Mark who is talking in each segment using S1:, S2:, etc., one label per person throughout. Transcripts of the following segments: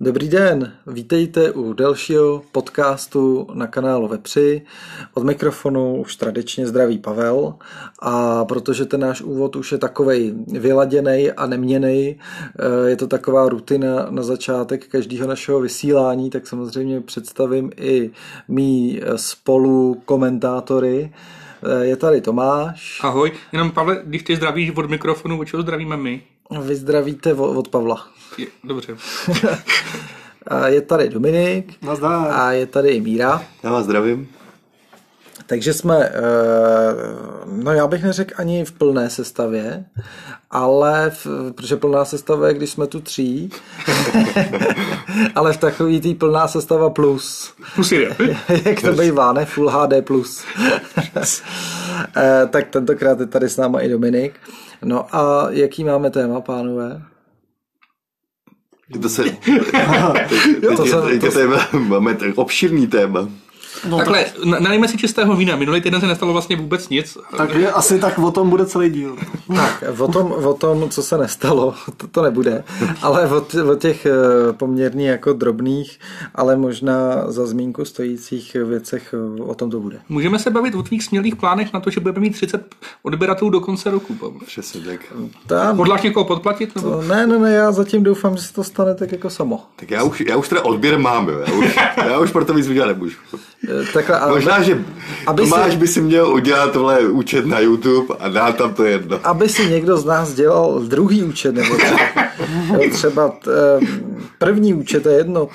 S1: Dobrý den, vítejte u dalšího podcastu na kanálu Vepři. Od mikrofonu už tradičně zdraví Pavel a protože ten náš úvod už je takovej vyladěný a neměnej, eh, je to taková rutina na začátek každého našeho vysílání, tak samozřejmě představím i mý spolu komentátory. Je tady Tomáš.
S2: Ahoj, jenom Pavle, když ty zdravíš od mikrofonu, od čeho zdravíme my?
S1: Vy zdravíte od Pavla.
S2: Je, dobře.
S1: A je tady Dominik.
S3: Nazdar.
S1: A je tady i Míra.
S3: Já vás zdravím.
S1: Takže jsme, eh, no já bych neřekl ani v plné sestavě, ale, v, protože plná sestava je, když jsme tu tří, ale v takový tý plná sestava plus.
S2: Plus je.
S1: Jak to bývá, ne? Full HD plus. Eh, tak tentokrát je tady s náma i Dominik. No a jaký máme téma, pánové?
S3: To se... teď, to jsem, teď to... Téma, máme obširný téma.
S2: No, Takhle, tak... nalijme si čistého vína. Minulý týden se nestalo vlastně vůbec nic.
S4: Tak je, asi tak o tom bude celý díl.
S1: tak, o tom, o tom co se nestalo, to, to nebude, ale o, t- o těch poměrně jako drobných, ale možná za zmínku stojících věcech eh, o tom to bude.
S2: Můžeme se bavit o tvých smělých plánech na to, že budeme mít 30 odběratelů do konce roku, Pavel.
S3: Přesně tak.
S2: Tam... Hodláš někoho podplatit? Nebo?
S1: To, ne, ne, ne, já zatím doufám, že se to stane tak jako samo.
S3: Tak já už, já už teda odběr mám, jo. Já už, já už proto víc udělat nemůžu.
S1: Eh,
S3: Takhle, ale Možná, že aby Tomáš si, by si měl udělat tohle účet na YouTube a dát tam to jedno.
S1: Aby si někdo z nás dělal druhý účet, nebo třeba, třeba t, první účet je jedno,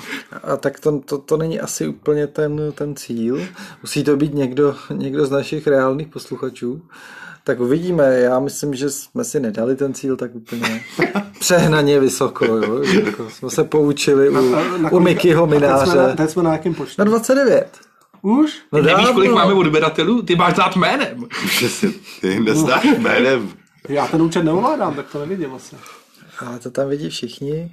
S1: a tak to, to, to není asi úplně ten, ten cíl. Musí to být někdo, někdo z našich reálných posluchačů. Tak uvidíme, já myslím, že jsme si nedali ten cíl tak úplně přehnaně vysoko, jo? Jako jsme se poučili u, na, na, u Mikyho Mináře.
S4: Teď jsme, na, teď jsme na jakém počtu?
S1: Na 29.
S4: Už?
S2: No Ty nevíš, kolik no. máme odběratelů? Ty máš dát jménem.
S3: Ty neznáš jménem.
S4: Já ten účet neovládám, tak to nevidím asi.
S1: Ale to tam vidí všichni.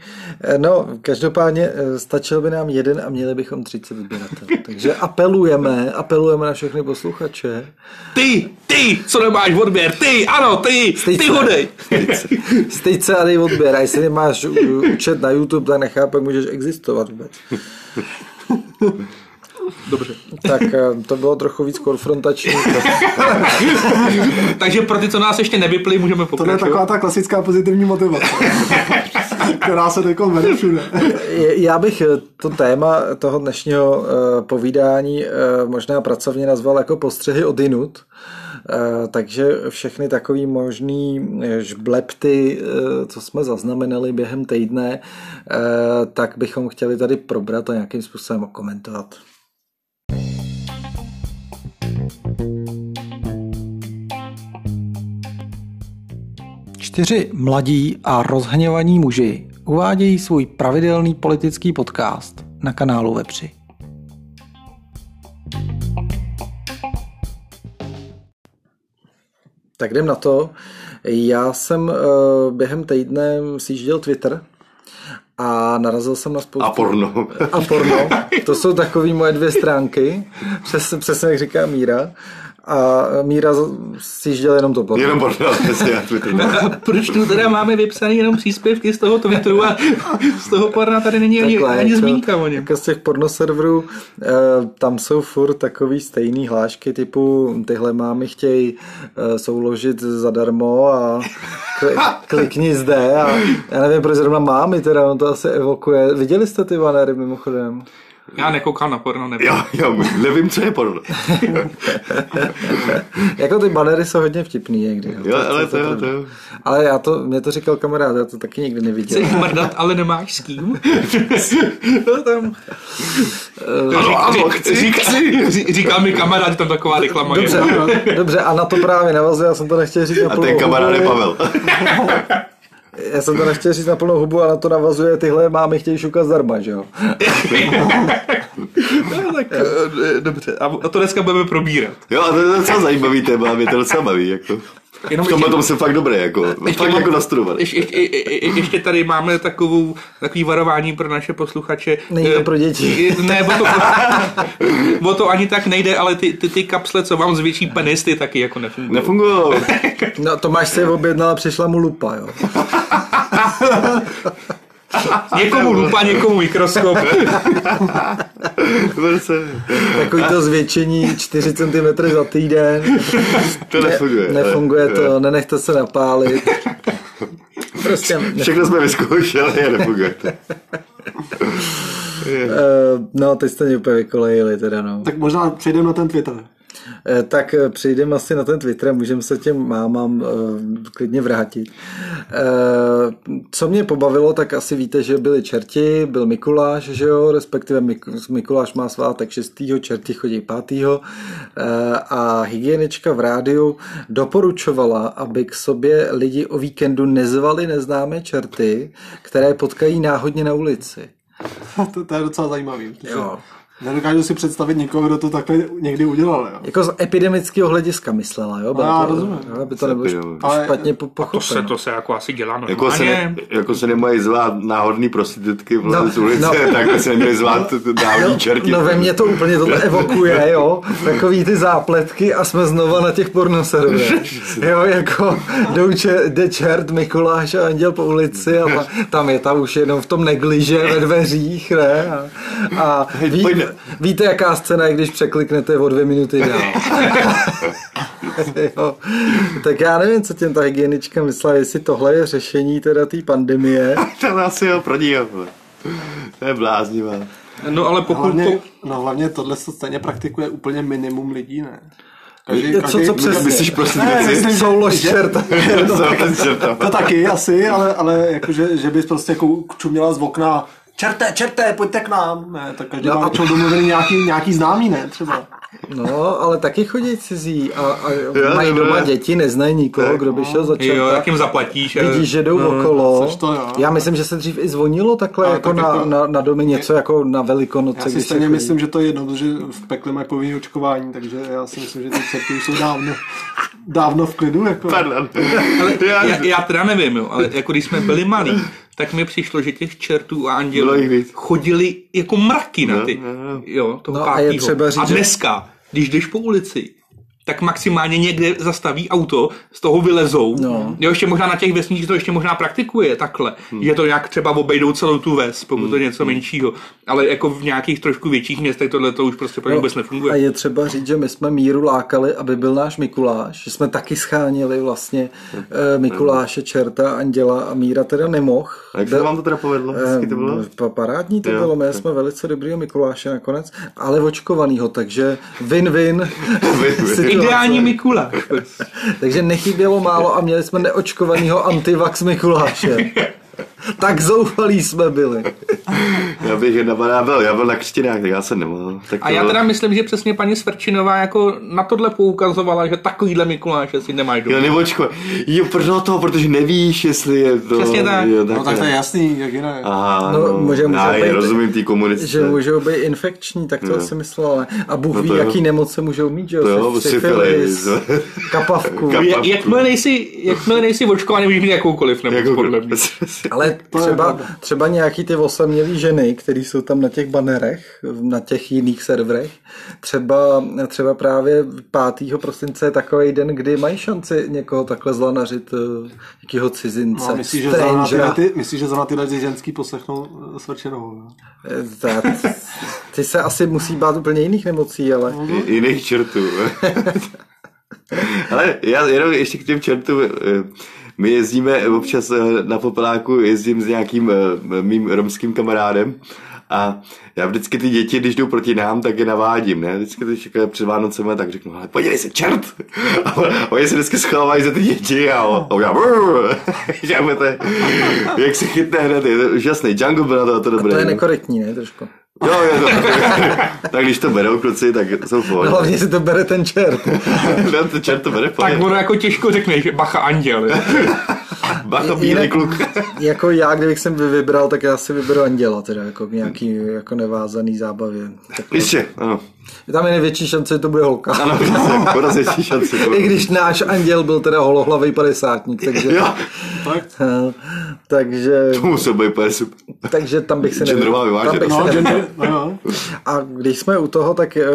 S1: No, každopádně stačil by nám jeden a měli bychom 30 odběratelů. Takže apelujeme, apelujeme na všechny posluchače.
S2: Ty, ty, co nemáš odběr, ty, ano, ty, Stejce. ty hodej.
S1: Stejce se a dej odběr. A jestli nemáš účet na YouTube, tak nechápu, jak můžeš existovat vůbec.
S2: Dobře.
S1: Tak eh, to bylo trochu víc konfrontační.
S2: Takže pro ty, co nás ještě nevypli, můžeme pokračovat.
S4: To je taková ta klasická pozitivní motivace, která se teď vede všude.
S1: Já bych eh, to téma toho dnešního eh, povídání možná pracovně nazval jako postřehy od jinut. Eh, Takže všechny takový možný eh, žblepty, eh, co jsme zaznamenali během týdne, eh, tak bychom chtěli tady probrat a nějakým způsobem komentovat. Čtyři mladí a rozhněvaní muži uvádějí svůj pravidelný politický podcast na kanálu Vepři. Tak jdem na to. Já jsem eh, během týdne sjížděl Twitter a narazil jsem na spoustu...
S3: A porno.
S1: A porno. To jsou takové moje dvě stránky, přesně, přesně jak říká Míra. A Míra sjížděl jenom to porno.
S3: Jenom porno, přesně já Twitter.
S2: A proč tu teda máme vypsané jenom příspěvky z toho Twitteru a z toho porna tady není Takhle, ani, ani jako, zmínka o něm.
S1: Jako z těch porno serverů, tam jsou furt takový stejný hlášky typu tyhle mámy chtějí eh, souložit zadarmo a klikni zde a já nevím, proč zrovna mámy teda, on to asi evokuje. Viděli jste ty banery mimochodem?
S2: Já nekoukám na porno, nevím.
S3: Já, já nevím, co je porno.
S1: jako ty banery jsou hodně vtipný někdy.
S3: Jo, to, ale to, to, to, to,
S1: Ale já to, mě to říkal kamarád, já to taky nikdy neviděl.
S2: Chceš mrdat, ale nemáš s kým?
S1: no, tam...
S2: Eh,
S3: Ano, řík, ano, chci,
S2: řík, chci. Říká mi kamarád, že tam taková reklama
S1: dobře, je. No, dobře, a na to právě navazuje, já jsem to nechtěl říct.
S3: A ten kamarád je Pavel.
S1: Já jsem to nechtěl říct na plnou hubu a na to navazuje tyhle máme chtějí šukat zdarma, že jo?
S2: no, tak, dobře, a to dneska budeme probírat.
S3: Jo, a to je docela zajímavý téma, mě to docela baví, jako. Jenom v tomhle tom jsem fakt dobrý, jako, ještě fakt mám, jako nastudovaný.
S2: Ještě, ještě, ještě tady máme takovou, takový varování pro naše posluchače. Eh,
S1: Není to pro děti.
S2: Ne, o to, o to ani tak nejde, ale ty, ty, ty kapsle, co vám zvětší penis, ty taky jako nefungují.
S3: Nefungují.
S1: No Tomáš se objednal a přišla mu lupa, jo.
S3: Jako-
S2: Někomu lupa, někomu mikroskop.
S1: Takový to zvětšení 4 cm za týden.
S3: To nefunguje.
S1: Ne, nefunguje to, nenechte se napálit. Prostě
S3: nefunguje. Všechno jsme vyzkoušeli a nefunguje to.
S1: no, teď jste mě úplně vykolejili teda, no.
S4: Tak možná přejdeme na ten Twitter
S1: Eh, tak přejdeme asi na ten Twitter a můžeme se těm mámám eh, klidně vrátit. Eh, Co mě pobavilo, tak asi víte, že byli čerti, byl Mikuláš, že jo, respektive Mikuláš má svátek 6. čerti chodí 5. a hygienička v rádiu doporučovala, aby k sobě lidi o víkendu nezvali neznámé čerty, které potkají náhodně na ulici.
S4: To, to je docela zajímavý. Jo. Nedokážu si představit nikoho, kdo to takhle někdy udělal. Jo.
S1: Jako z epidemického hlediska myslela, jo?
S4: Bylo já to, rozumím.
S1: Jo, by to nebylo špatně po, pochopeno.
S2: To se, to se jako asi dělá normálně.
S3: Jako se, ne, jako se nemají zvát náhodný prostitutky v no, z ulice, no, takhle se nemají zvát náhodní
S1: no,
S3: čerti.
S1: No ve mně to úplně tohle evokuje, jo? Takový ty zápletky a jsme znova na těch pornoserverech. Jo, jako jdou čer, jde čert Mikuláš a Anděl po ulici a ta, tam je ta už jenom v tom negliže ve dveřích, ne? A, a ví, Víte, jaká scéna je, když překliknete o dvě minuty dál. jo. Tak já nevím, co těm ta hygienička myslela, jestli tohle je řešení teda té pandemie.
S3: to asi jo, pro ní, To je bláznivá.
S2: No ale
S1: Jako
S2: pokud...
S4: Hlavně, po... no hlavně tohle se stejně praktikuje úplně minimum lidí, ne?
S1: Každý, co, každý, co přesně?
S3: Myslíš
S4: prostě
S3: prostituci?
S1: Soulož čerta.
S4: To taky asi, ale, ale jakože, že bys prostě jako čuměla z okna čerte, čerte, pojďte k nám. Ne, tak každý no, má většinou domluvený nějaký, nějaký známý, ne, třeba.
S1: No, ale taky chodí cizí a, a jo, mají doma ne. děti, neznají nikoho, tak, kdo by šel za čerta.
S2: Jo, jak jim zaplatíš.
S1: Vidíš, že jdou no, okolo. To, jo, Já myslím, že se dřív i zvonilo takhle ale jako tak na, jako, na, na domy něco je, jako na velikonoce.
S4: Já si stejně myslím, že to je jedno, protože v pekle mají povinné očkování, takže já si myslím, že ty čerty už jsou dávno, dávno v klidu. Jako.
S2: Pardon. Ale já, já teda nevím, jo, ale jako když jsme byli malí, tak mi přišlo, že těch čertů a andělů chodili jako mraky na ty. No, no. Jo, toho no, pátýho. a, je třeba říct, a dneska, když jdeš po ulici, tak maximálně někde zastaví auto, z toho vylezou. No. Jo, ještě možná na těch vesnicích to ještě možná praktikuje takhle, hmm. že to nějak třeba obejdou celou tu ves, pokud hmm. to je něco menšího. Ale jako v nějakých trošku větších městech tohle to už prostě no. vůbec nefunguje.
S1: A je třeba říct, že my jsme Míru lákali, aby byl náš Mikuláš, že jsme taky schánili vlastně hmm. uh, Mikuláše, Čerta, Anděla a Míra teda nemoh.
S3: A jak se vám to teda povedlo? Hezky to bylo?
S1: Uh, parádní to jo. bylo, my tak. jsme velice dobrýho Mikuláše nakonec, ale očkovanýho, takže win-win.
S2: Ideální Mikuláš.
S1: Takže nechybělo málo a měli jsme neočkovaného antivax Mikuláše. Tak zoufalí jsme byli.
S3: Já bych jedna já byl, já byl na křtinách, tak já se nemohl. Tak
S2: a já teda byl... myslím, že přesně paní Svrčinová jako na tohle poukazovala, že takovýhle Mikuláše si nemáš
S3: doma. Jo, nebočko, jo, proč toho, protože nevíš, jestli je to...
S2: Přesně tak.
S4: Jo, tak no tak to je jasný, jak jinak.
S3: Aha, no, no, může, může já být, rozumím té komunice.
S1: Že můžou být infekční, tak to no. si myslel, ale a Bůh no ví, jaký jo. nemoce můžou mít, že
S3: jo, syfilis, syfilis
S1: kapavku.
S2: kapavku. jakmile nejsi, jakmile nejsi očkovaný, můžeš mít jakoukoliv nemoc, podle mě.
S3: Jako-
S1: Ale třeba, třeba nějaký ty osamělý ženy, které jsou tam na těch banerech, na těch jiných serverech, třeba, třeba právě 5. prosince je takový den, kdy mají šanci někoho takhle zlanařit, nějakého cizince, no,
S4: myslíš, že zrovna tyhle, ty, myslí, že zrovna tyhle ženský poslechnou eh, svrčenou? no?
S1: Ta, Eh, ty se asi musí bát úplně jiných nemocí, ale...
S4: No.
S3: I, jiných čertů. ale já jenom ještě k těm čertům... eh, My jezdíme občas eh, na popeláku, jezdím s nějakým eh, mým romským kamarádem a já vždycky ty děti, když jdou proti nám, tak je navádím, ne? Vždycky to čekají před Vánocem, tak řeknu, ale podívej se, čert! A oni se vždycky schovávají za ty děti a, a já, já to, jak se chytne hned, je to úžasný. Django byl na to, to dobré.
S1: A to je nekorektní, ne, trošku?
S3: Jo, jo, to, tak když to berou kluci, tak jsou pohodě.
S1: No, hlavně si to bere ten čert.
S3: no, ten čert to bere
S2: pohodě. Tak ono jako těžko řekne, že bacha anděl.
S3: bacha bílý kluk.
S1: jako já, kdybych jsem vybral, tak já si vyberu anděla, teda jako nějaký jako nevázaný zábavě.
S3: Takhle. Ještě, ano.
S1: Tam je největší šance, že to bude holka.
S3: Ano, poraz větší šance.
S1: I když náš anděl byl teda holohlavý padesátník, takže...
S3: Jo,
S1: tak. takže...
S3: To musel být pes.
S1: Takže tam bych se
S3: nevěděl.
S4: No,
S1: Tam bych no, se nevěděl. A když jsme u toho, tak uh, eh,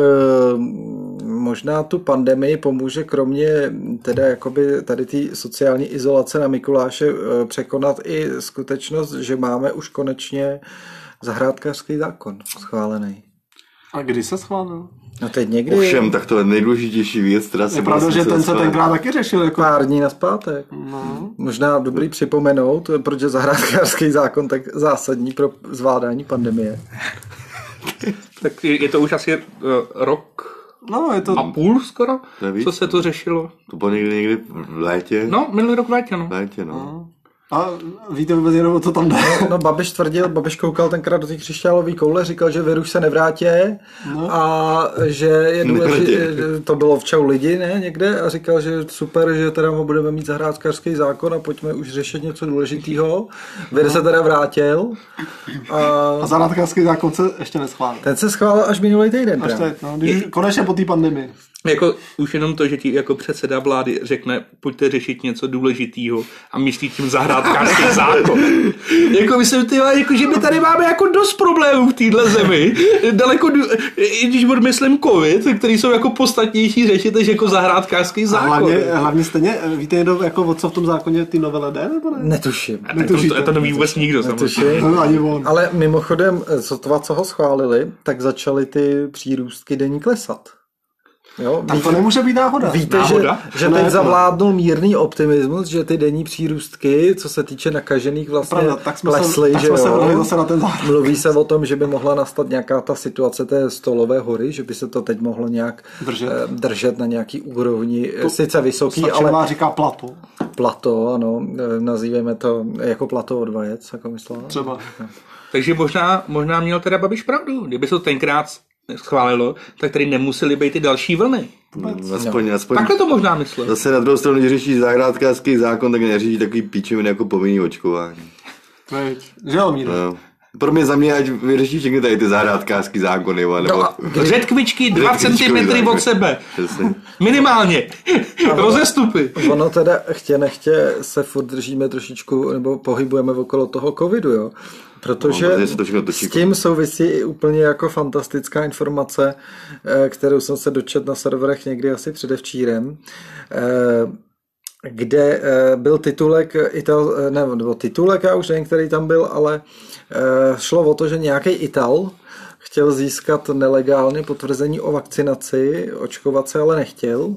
S1: možná tu pandemii pomůže kromě teda jakoby tady té sociální izolace na Mikuláše eh, překonat i skutečnost, že máme už konečně zahrádkářský zákon schválený.
S4: A kdy se schválil?
S1: No teď někdy.
S3: Ovšem, tak to je nejdůležitější věc, která vlastně
S4: se Je pravda,
S2: vlastně
S4: že ten se tenkrát taky řešil. Jako...
S1: Pár dní na zpátek. No. Možná dobrý připomenout, protože zahrádkářský zákon tak zásadní pro zvládání pandemie.
S2: tak je to už asi uh, rok
S4: No, je to...
S2: A půl skoro, Nevíc, co se to řešilo.
S3: To bylo někdy, někdy v létě.
S2: No, minulý rok v létě, no.
S3: V létě, no. no.
S4: A víte vůbec jenom, o co tam jde?
S1: No, no Babiš tvrdil, Babiš koukal tenkrát do těch křišťálové koule, říkal, že virus se nevrátí no. a že je důležitý, to bylo v Čau lidi, ne, někde, a říkal, že super, že teda mu budeme mít zahrádkářský zákon a pojďme už řešit něco důležitého. Vir no. se teda vrátil.
S4: A, a zahrádkářský zákon se ještě neschválil.
S1: Ten se schválil až minulý týden.
S4: Až teď, no, když, je... konečně po té pandemii.
S2: Jako už jenom to, že ti jako předseda vlády řekne, pojďte řešit něco důležitého a myslí tím zahrádkářský zákon. jako myslím, ty, jako, že my tady máme jako dost problémů v téhle zemi. Daleko, i když odmyslím covid, který jsou jako podstatnější řešit, než jako zahrádkářský zákon. A
S4: hlavně, hlavně stejně, víte někdo, jako o co v tom zákoně ty novele jde, nebo ne?
S1: Netuším.
S2: Netuším. To, to neví vůbec nikdo.
S4: No,
S1: Netuším. Ani on. Ale mimochodem, sotva co ho schválili, tak začaly ty přírůstky denní klesat.
S4: Jo, tak víte, to nemůže být náhoda.
S1: Víte,
S4: náhoda?
S1: že, že ne, teď zavládnul mírný optimismus, že ty denní přírůstky, co se týče nakažených vlastně Pravda,
S4: tak jsme lesly, se, tak
S1: že jsme
S4: jo. Se zase na ten
S1: zároveň. Mluví se o tom, že by mohla nastat nějaká ta situace té stolové hory, že by se to teď mohlo nějak eh,
S4: držet,
S1: držet na nějaký úrovni, to, sice vysoký, ale...
S4: má říká plato.
S1: Plato, ano, nazýváme to jako plato od vajec, jako myslela.
S4: Třeba. No.
S2: Takže možná, možná měl teda Babiš pravdu, kdyby se to tenkrát schválilo, tak tady nemusely být ty další vlny.
S3: No, aspoň, no. aspoň,
S2: Takhle to možná myslel.
S3: Zase na druhou stranu, když řeší zahrádkářský zákon, tak neřeší takový píčoviny jako povinný očkování.
S4: Veď, že jo,
S3: no. Pro mě za mě, ať vyřeší všechny tady ty zahrádkářský zákony. Nebo... No,
S2: řetkvičky 2 cm od sebe. Minimálně. Rozestupy.
S1: Ono teda chtě nechtě se furt držíme trošičku, nebo pohybujeme okolo toho covidu, jo. Protože no, to točí, s tím souvisí i úplně jako fantastická informace, eh, kterou jsem se dočet na serverech někdy asi předevčírem, Eh, kde eh, byl titulek, Ital, eh, ne, nebo titulek, já už nevím, který tam byl, ale eh, šlo o to, že nějaký Ital chtěl získat nelegálně potvrzení o vakcinaci, očkovat se ale nechtěl.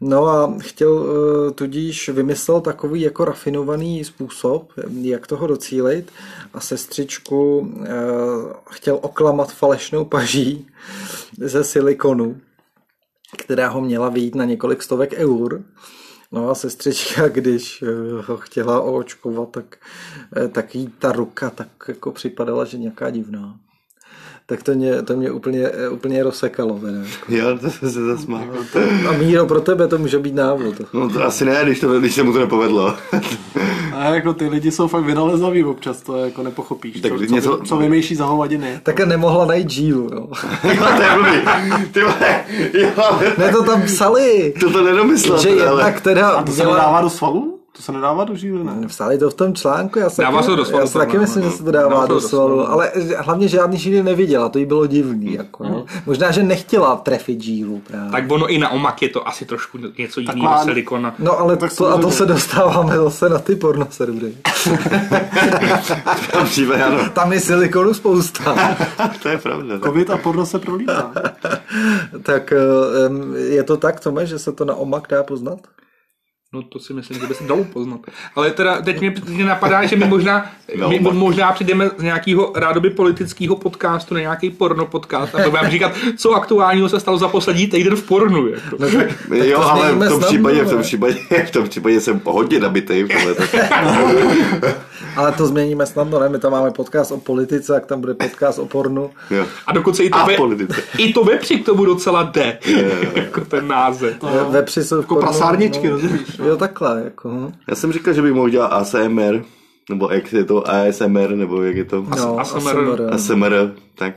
S1: No a chtěl eh, tudíž vymyslel takový jako rafinovaný způsob, jak toho docílit a sestřičku eh, chtěl oklamat falešnou paží ze silikonu, která ho měla vyjít na několik stovek eur. No a sestřička, když eh, ho chtěla oočkovat, tak, eh, tak jí ta ruka tak jako připadala, že nějaká divná tak to mě, to mě úplně, eh, úplně rozsekalo. Ne?
S3: Jo, to se se zasmál.
S1: A Míro, pro tebe to může být návod.
S3: No to asi ne, když, to, když se mu to nepovedlo.
S4: A jako ty lidi jsou fakt vynalezaví občas, to jako nepochopíš. Tak co, něco... co, co vymýšlí za hovadiny.
S1: Tak nemohla najít no. Jill, jo.
S3: to je blbý. Ty vole, jo,
S1: ne, to tam psali.
S3: To to nedomyslel.
S1: Že jednak teda...
S4: A to se měla... dává do svalu? To se nedává do žíly,
S1: ne? Psali to v tom článku, já se
S2: dává taky,
S1: se do
S2: svalu, já
S1: se taky myslím, že se to no. dává, dává do svalu, ale hlavně žádný žíly neviděla, to jí bylo divný. Jako, no.
S3: Mhm.
S1: Možná, že nechtěla trefit žílu právě.
S2: Tak ono i na omak je to asi trošku něco jiného má... silikona.
S1: No ale tak to, a to se dostáváme zase na ty porno servery.
S3: Tam, příbe, ano.
S1: Tam je silikonu spousta.
S3: to je pravda.
S4: Covid a porno se prolítá.
S1: tak eh, je to tak, Tome, že se to na omak dá poznat?
S2: No to si myslím, že by se dalo poznat. Ale teda teď mě, mě napadá, že my možná, no, my možná přijdeme z nějakého rádoby politického podcastu na nějaký porno podcast a budeme říkat, co aktuálního se stalo za poslední týden v pornu. Jako.
S3: No, tak, tak jo, to ale v tom, případě, v, tom případě, v tom případě jsem hodně nabitý.
S1: ale to změníme snadno, ne? My tam máme podcast o politice, tak tam bude podcast o pornu.
S2: Jo. A dokonce i to, ve, i to vepři k tomu docela jde. jako ten název.
S1: To, vepři jsou
S4: jako prasárničky, no. rozumíš?
S1: Jo, takhle, jako.
S3: Já jsem říkal, že bych mohl dělat ASMR, nebo jak je to ASMR, nebo jak je to?
S1: No, ASMR. ASMR,
S3: ASMR tak.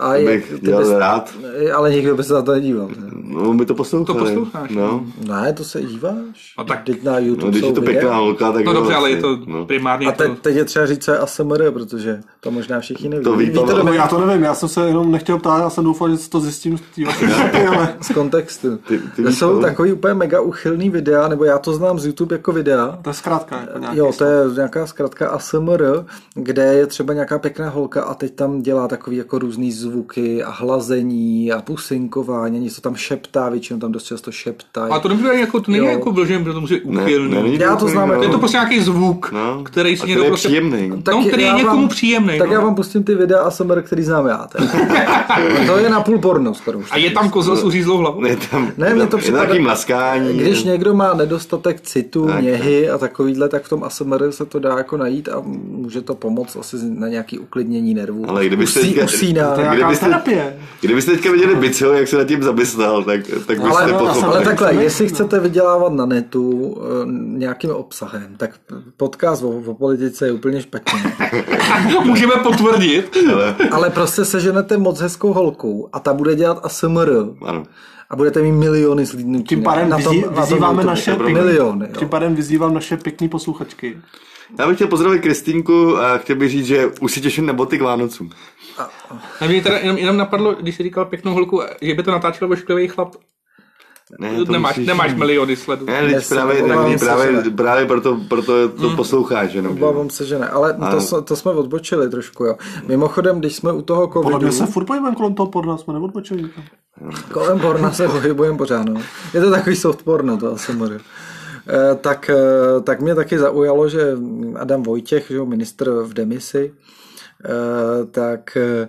S3: A je, bych dělal bys, rád.
S1: Ale nikdo by se na to nedíval. Ne?
S3: No, my to posloucháme.
S2: To posloucháš.
S3: No.
S1: Ne, to se díváš.
S2: A tak,
S1: teď na YouTube no,
S3: když je to pěkná holka, tak
S2: No
S3: vlastně,
S2: dobře, ale je to primárně
S1: A te, teď je třeba říct, co je ASMR, protože to možná všichni neví.
S3: To ví,
S1: Víte,
S3: Pavel.
S1: dobře?
S4: No, já to nevím, já jsem se jenom nechtěl ptát, já jsem doufal, že to zjistím z té vaší cesty, ale...
S1: z kontextu.
S3: Ty- ty víš,
S1: jsou
S3: Pavel?
S1: takový úplně mega uchylný videa, nebo já to znám z YouTube jako videa.
S4: To je zkrátka jako nějaký...
S1: Jo, to je nějaká zkratka ASMR, kde je třeba nějaká pěkná holka a teď tam dělá takový jako různý zvuky a hlazení a pusinkování, něco tam šeptá, většinou tam dost často šeptá.
S2: A to nebude jako, to není
S1: Jo.
S2: jako vlžen, protože to musí být
S3: Ne,
S2: uchylný.
S3: ne, není
S1: Já to
S3: úplně,
S1: znám
S3: no.
S1: jako-
S2: To je to prostě nějaký zvuk,
S3: No.
S2: který si
S3: A
S2: někdo
S3: který je
S2: prostě...
S3: příjemný.
S2: No, který je
S1: já
S2: někomu příjemný.
S1: Tak
S2: no.
S1: já vám pustím ty videa ASMR, který znám já. teda. to je na půl porno skoro už.
S2: A je tam kozel s uřízlou hlavou?
S3: Ne, tam,
S1: Ne, mně to
S3: je
S1: připadá-
S3: takový mlaskání.
S1: Když někdo má nedostatek citu,
S3: Tak.
S1: tak, něhy a takovýhle, tak v tom ASMR se to dá jako najít a může to pomoct asi na nějaký uklidnění nervů.
S3: Ale kdybyste
S1: Usí,
S3: teďka-
S1: usíná.
S4: To je nějaká
S3: kdybyste-
S4: terapie.
S3: Kdybyste teďka viděli Biceho, jak se nad tím zamyslel, tak, tak byste
S1: Ale, no,
S3: pochopili.
S1: ale takhle, jestli chcete vydělávat na netu eh, nějakým obsahem, tak podcast o, o politice je úplně špatný.
S2: Můžeme potvrdit.
S1: Ale prostě seženete moc hezkou holku a ta bude dělat ASMR
S3: Ano.
S1: a budete mít miliony zlídnutí.
S4: Tím pádem vyzý- vyzýváme
S1: YouTube.
S4: naše
S1: miliony. jo.
S4: Tím pádem vyzývám naše pěkný posluchačky.
S3: Já bych chtěl pozdravit Kristýnku a chtěl bych říct, že už se těším na boty k Vánocům.
S2: A mě teda jenom, jenom napadlo, když jsi říkal pěknou holku, že by to natáčel ošklivý chlap.
S3: Ne, to
S2: nemáš,
S3: musíš-
S2: nemáš miliony sledů.
S3: Ne, teď
S1: Dnes-
S3: právě,
S1: obávám
S3: tak,
S1: se,
S3: právě,
S1: že
S3: právě proto, proto to posloucháš jenom. že?
S1: Obávám se, že ne, ale to, jsme- to jsme odbočili trošku, jo. Mimochodem, když jsme u toho
S4: Podle
S1: covidu,
S4: mě se furt pojíme kolem toho porna, jsme neodbočili. nikam.
S1: kolem porna se pohybujeme pořád, no. Je to takový soft porno, to asi moru. Tak, eh, tak mě taky zaujalo, že Adam Vojtěch, že jo, ministr v demisi, eh, tak eh,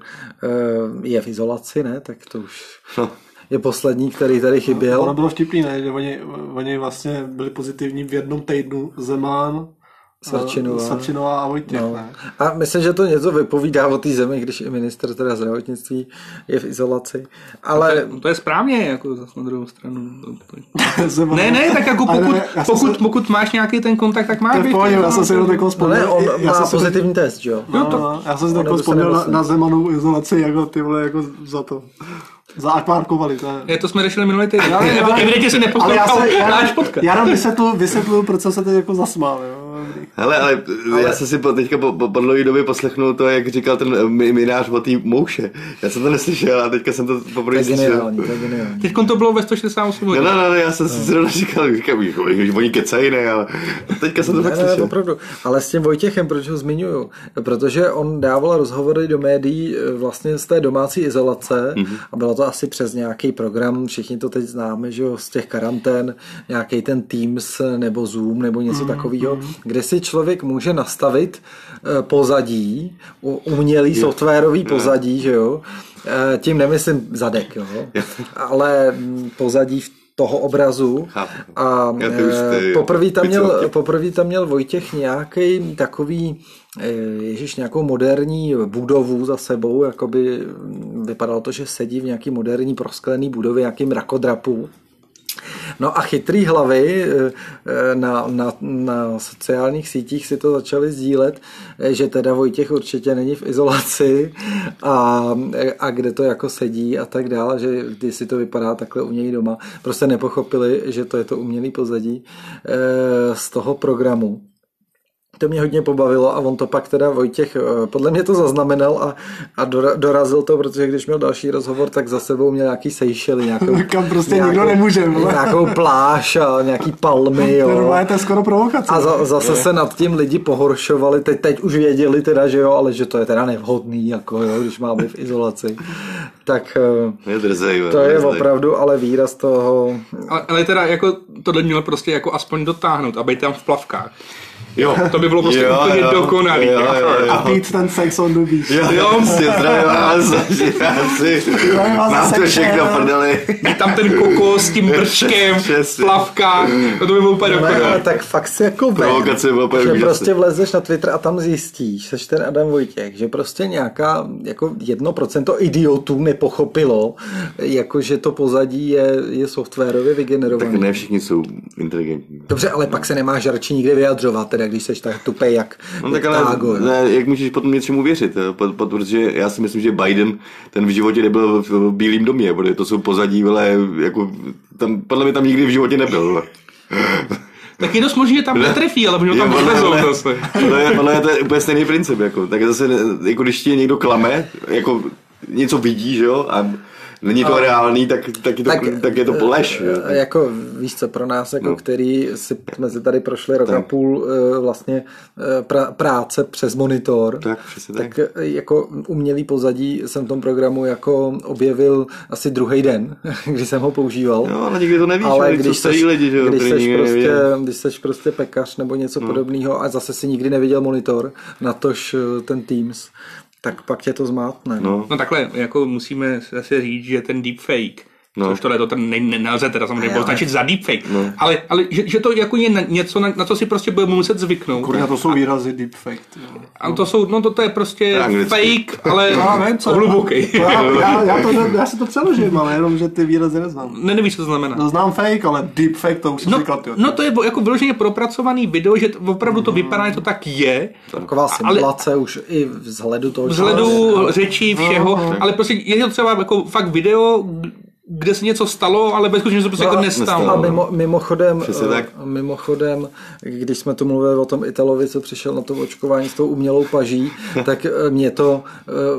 S1: je v izolaci, ne, tak to už
S3: No.
S1: je poslední, který tady
S4: Ono
S1: chyběl.
S4: bylo vtipný, ne? že oni, oni vlastně byli pozitivní v jednom týdnu Zeman,
S1: Svrčinová.
S4: eh, Svrčinová a Vojtěch.
S1: No.
S4: Ne?
S1: A myslím, že to něco vypovídá o té zemi, když i minister teda zdravotnictví je v izolaci. Ale
S2: To je správně, jako zase na druhou stranu. To- to-
S4: Zeman.
S2: Ne, ne, tak jako
S4: Ale
S2: pokud,
S4: ne, já jsem
S2: pokud,
S4: se-
S2: pokud máš nějaký ten kontakt, tak máš.
S4: To je v
S2: být-
S4: pohodě, já jsem si jenom jako- takovou
S1: No ne,
S4: vzpomněl.
S1: on
S4: já
S1: má
S4: jsem si-
S1: pozitivní test, že jo?
S4: No, no, já jsem si
S1: On
S4: takhle
S1: nebyl
S4: vzpomněl na,
S1: nemocný.
S4: na Zemanovou izolaci, jako ty vole, jako za to. Za akvárkovali, to je.
S2: Ne, to jsme řešili minulý týden.
S4: Já- já-
S2: Evidentně si
S4: Ale já,
S2: neposlouchal
S4: se, já,
S2: náš podcast.
S4: já jenom vysvětlu, vysvětlu, proč jsem se teď jako zasmál. Jo. Dobrý.
S3: Hele, ale, já jsem si po, teďka po, po, po dlouhé době poslechnul to, jak říkal ten eh, mi- minář o té mouše. Já jsem to neslyšel a teďka jsem to
S1: To
S3: poprvé
S1: je
S3: slyšel.
S1: geniální, to je geniální.
S2: Teď to bylo ve 168
S3: Ne,
S2: hodin.
S3: ne, ne, ne, no, já
S1: No.
S3: jsem si zrovna říkal, říkám, že oni kecají, ne, ale teďka jsem to
S1: Ne,
S3: fakt
S1: ne,
S3: slyšel.
S1: opravdu. Ale s tím Vojtěchem, proč ho zmiňuju? Protože on dával rozhovory do médií eh, vlastně z té domácí izolace
S3: Mhm.
S1: a bylo to asi přes nějaký program, všichni to teď známe, že jo, z těch karantén, nějaký ten Teams nebo Zoom nebo něco
S3: Mhm,
S1: takového, kde si člověk může nastavit eh, pozadí, u- umělý softwarový pozadí, že jo. Eh, Tím nemyslím zadek, jo, ale mm, pozadí v toho obrazu
S3: Chápu.
S1: a
S3: Já to už ty-
S1: poprvé eh, tam,
S3: ty
S1: měl,
S3: celky.
S1: poprvé tam měl Vojtěch nějaký takový, eh, ježiš, nějakou moderní budovu za sebou, jakoby mm, vypadalo to, že sedí v nějaký moderní prosklený budově, nějakým rakodrapu. No a chytrý hlavy eh, eh, na, na, na sociálních sítích si to začali sdílet, eh, že teda Vojtěch určitě není v izolaci a, eh, a kde to jako sedí a tak dále, že když si to vypadá takhle u něj doma. Prostě nepochopili, že to je to umělý pozadí eh, z toho programu. To mě hodně pobavilo a on to pak teda Vojtěch, eh, podle mě to zaznamenal a, a dora- dorazil to, protože když měl další rozhovor, tak za sebou měl nějaký Seychely, nějakou...
S4: Kam prostě nikdo nemůže, vole.
S1: Nějakou pláž a nějaký palmy,
S4: To je
S1: jo.
S4: normálně, to je skoro provokace.
S1: A za, zase se nad tím lidi pohoršovali, teď, teď už věděli teda, že jo, ale že to je teda nevhodný, jako jo, když má být v izolaci. Tak eh,
S3: Je drzej,
S1: to je
S3: drzej.
S1: opravdu ale výraz toho,
S2: Ale, ale teda jako tohle měl prostě jako aspoň dotáhnout a být tam v plavkách.
S3: Jo,
S2: To by bylo prostě úplně dokonalý.
S3: Jo, jo, jo.
S4: A pít ten sex on the beach.
S3: Jo, jo, prostě zdravím vás, asi.
S4: Zdravím vás,
S3: Mám to
S4: zase
S3: všechno
S4: všem.
S3: prdeli.
S2: Je tam ten kokos s tím brčkem v
S3: Přesně.
S2: plavkách. No to by bylo úplně
S1: Ne, ale
S2: dokonalé.
S1: tak fakt si jako ven,
S3: Provokace byla úplně
S1: že
S3: úžasná.
S1: prostě vlezeš na Twitter a tam zjistíš, seš ten Adam Vojtěch, že prostě nějaká jako jedno procento idiotů nepochopilo, jako že to pozadí je, je softwarově
S3: Tak
S1: vygenerované.
S3: ne všichni jsou inteligentní.
S1: Dobře, ale pak se nemá žarčí nikde vyjadřovat, ten teda, když seš tak tupej jak
S3: no, tak ale, tágo, ne, jak můžeš potom něčemu věřit? eh, Pot, pot, protože já si myslím, že Biden ten v životě nebyl v, v Bílém domě, protože to jsou pozadí, ale jako, tam, podle mě tam nikdy v životě nebyl.
S2: tak je dost možný, že tam netrefí, ale možná tam odvezou zase.
S3: Podle, je, podle je to je úplně stejný princip. Jako. Tak zase, jako když ti někdo klame, jako něco vidí, že jo, a není to ale, reálný, tak, tak, je to, tak, Eh, tak je to poleš.
S1: Jako víš co, pro nás, jako no. který si, jsme si tady prošli rok tak. a půl vlastně pra, práce přes monitor,
S3: tak,
S1: tak. tak jako umělý pozadí jsem v tom programu jako objevil asi druhý den, když jsem ho používal.
S3: No, ale nikdy to nevíš, ale když seš, lidi, že
S1: když, seš prostě, když seš prostě pekař nebo něco no. podobného a zase si nikdy neviděl monitor, natož eh, ten Teams, tak pak tě to zmátne.
S2: No. no takhle, jako musíme asi říct, že ten deepfake, no. což tohle to ten ne, ne, nelze teda samozřejmě označit za deepfake, no. ale, ale že, že, to jako je něco, na, na co si prostě budeme muset zvyknout.
S4: Kurňa, to jsou a, výrazy deepfake.
S2: No. A to jsou, no to, to je prostě fake, ale
S4: já vím, co,
S2: hluboký.
S4: Já, já, já, to, já si to přeložím, ale jenom, že ty výrazy neznám.
S2: Ne, nevíš, co to znamená.
S4: No znám fake, ale deepfake to už
S2: no,
S4: říkal. Ty,
S2: no to je jako vyloženě propracovaný video, že to, opravdu to vypadá, že to tak je.
S1: Taková simulace ale, už i vzhledu toho.
S2: Vzhledu ale... řečí, všeho, no, no. ale prostě je to třeba jako fakt video, kde se něco stalo, ale bez skutečnosti se prostě no, jako nestalo.
S1: A mimo, mimochodem, tak. mimochodem, když jsme tu mluvili o tom Italovi, co přišel na to očkování s tou umělou paží, tak eh, mě to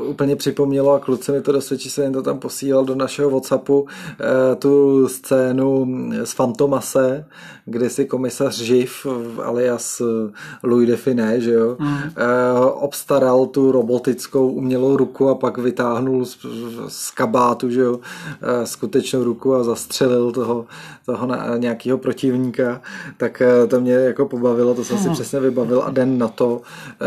S1: uh, úplně připomnělo a kluci mi to dosvědčí, se jim to tam posílal do našeho Whatsappu, uh, tu scénu z Fantomase, kde si komisař Živ, alias eh, Louis Define, že jo, mm. uh, obstaral tu robotickou umělou ruku a pak vytáhnul z, z kabátu, že jo, uh, z skutečnou ruku a zastřelil toho, toho na, nějakého protivníka, tak to mě jako pobavilo, to jsem si přesně vybavil a den na to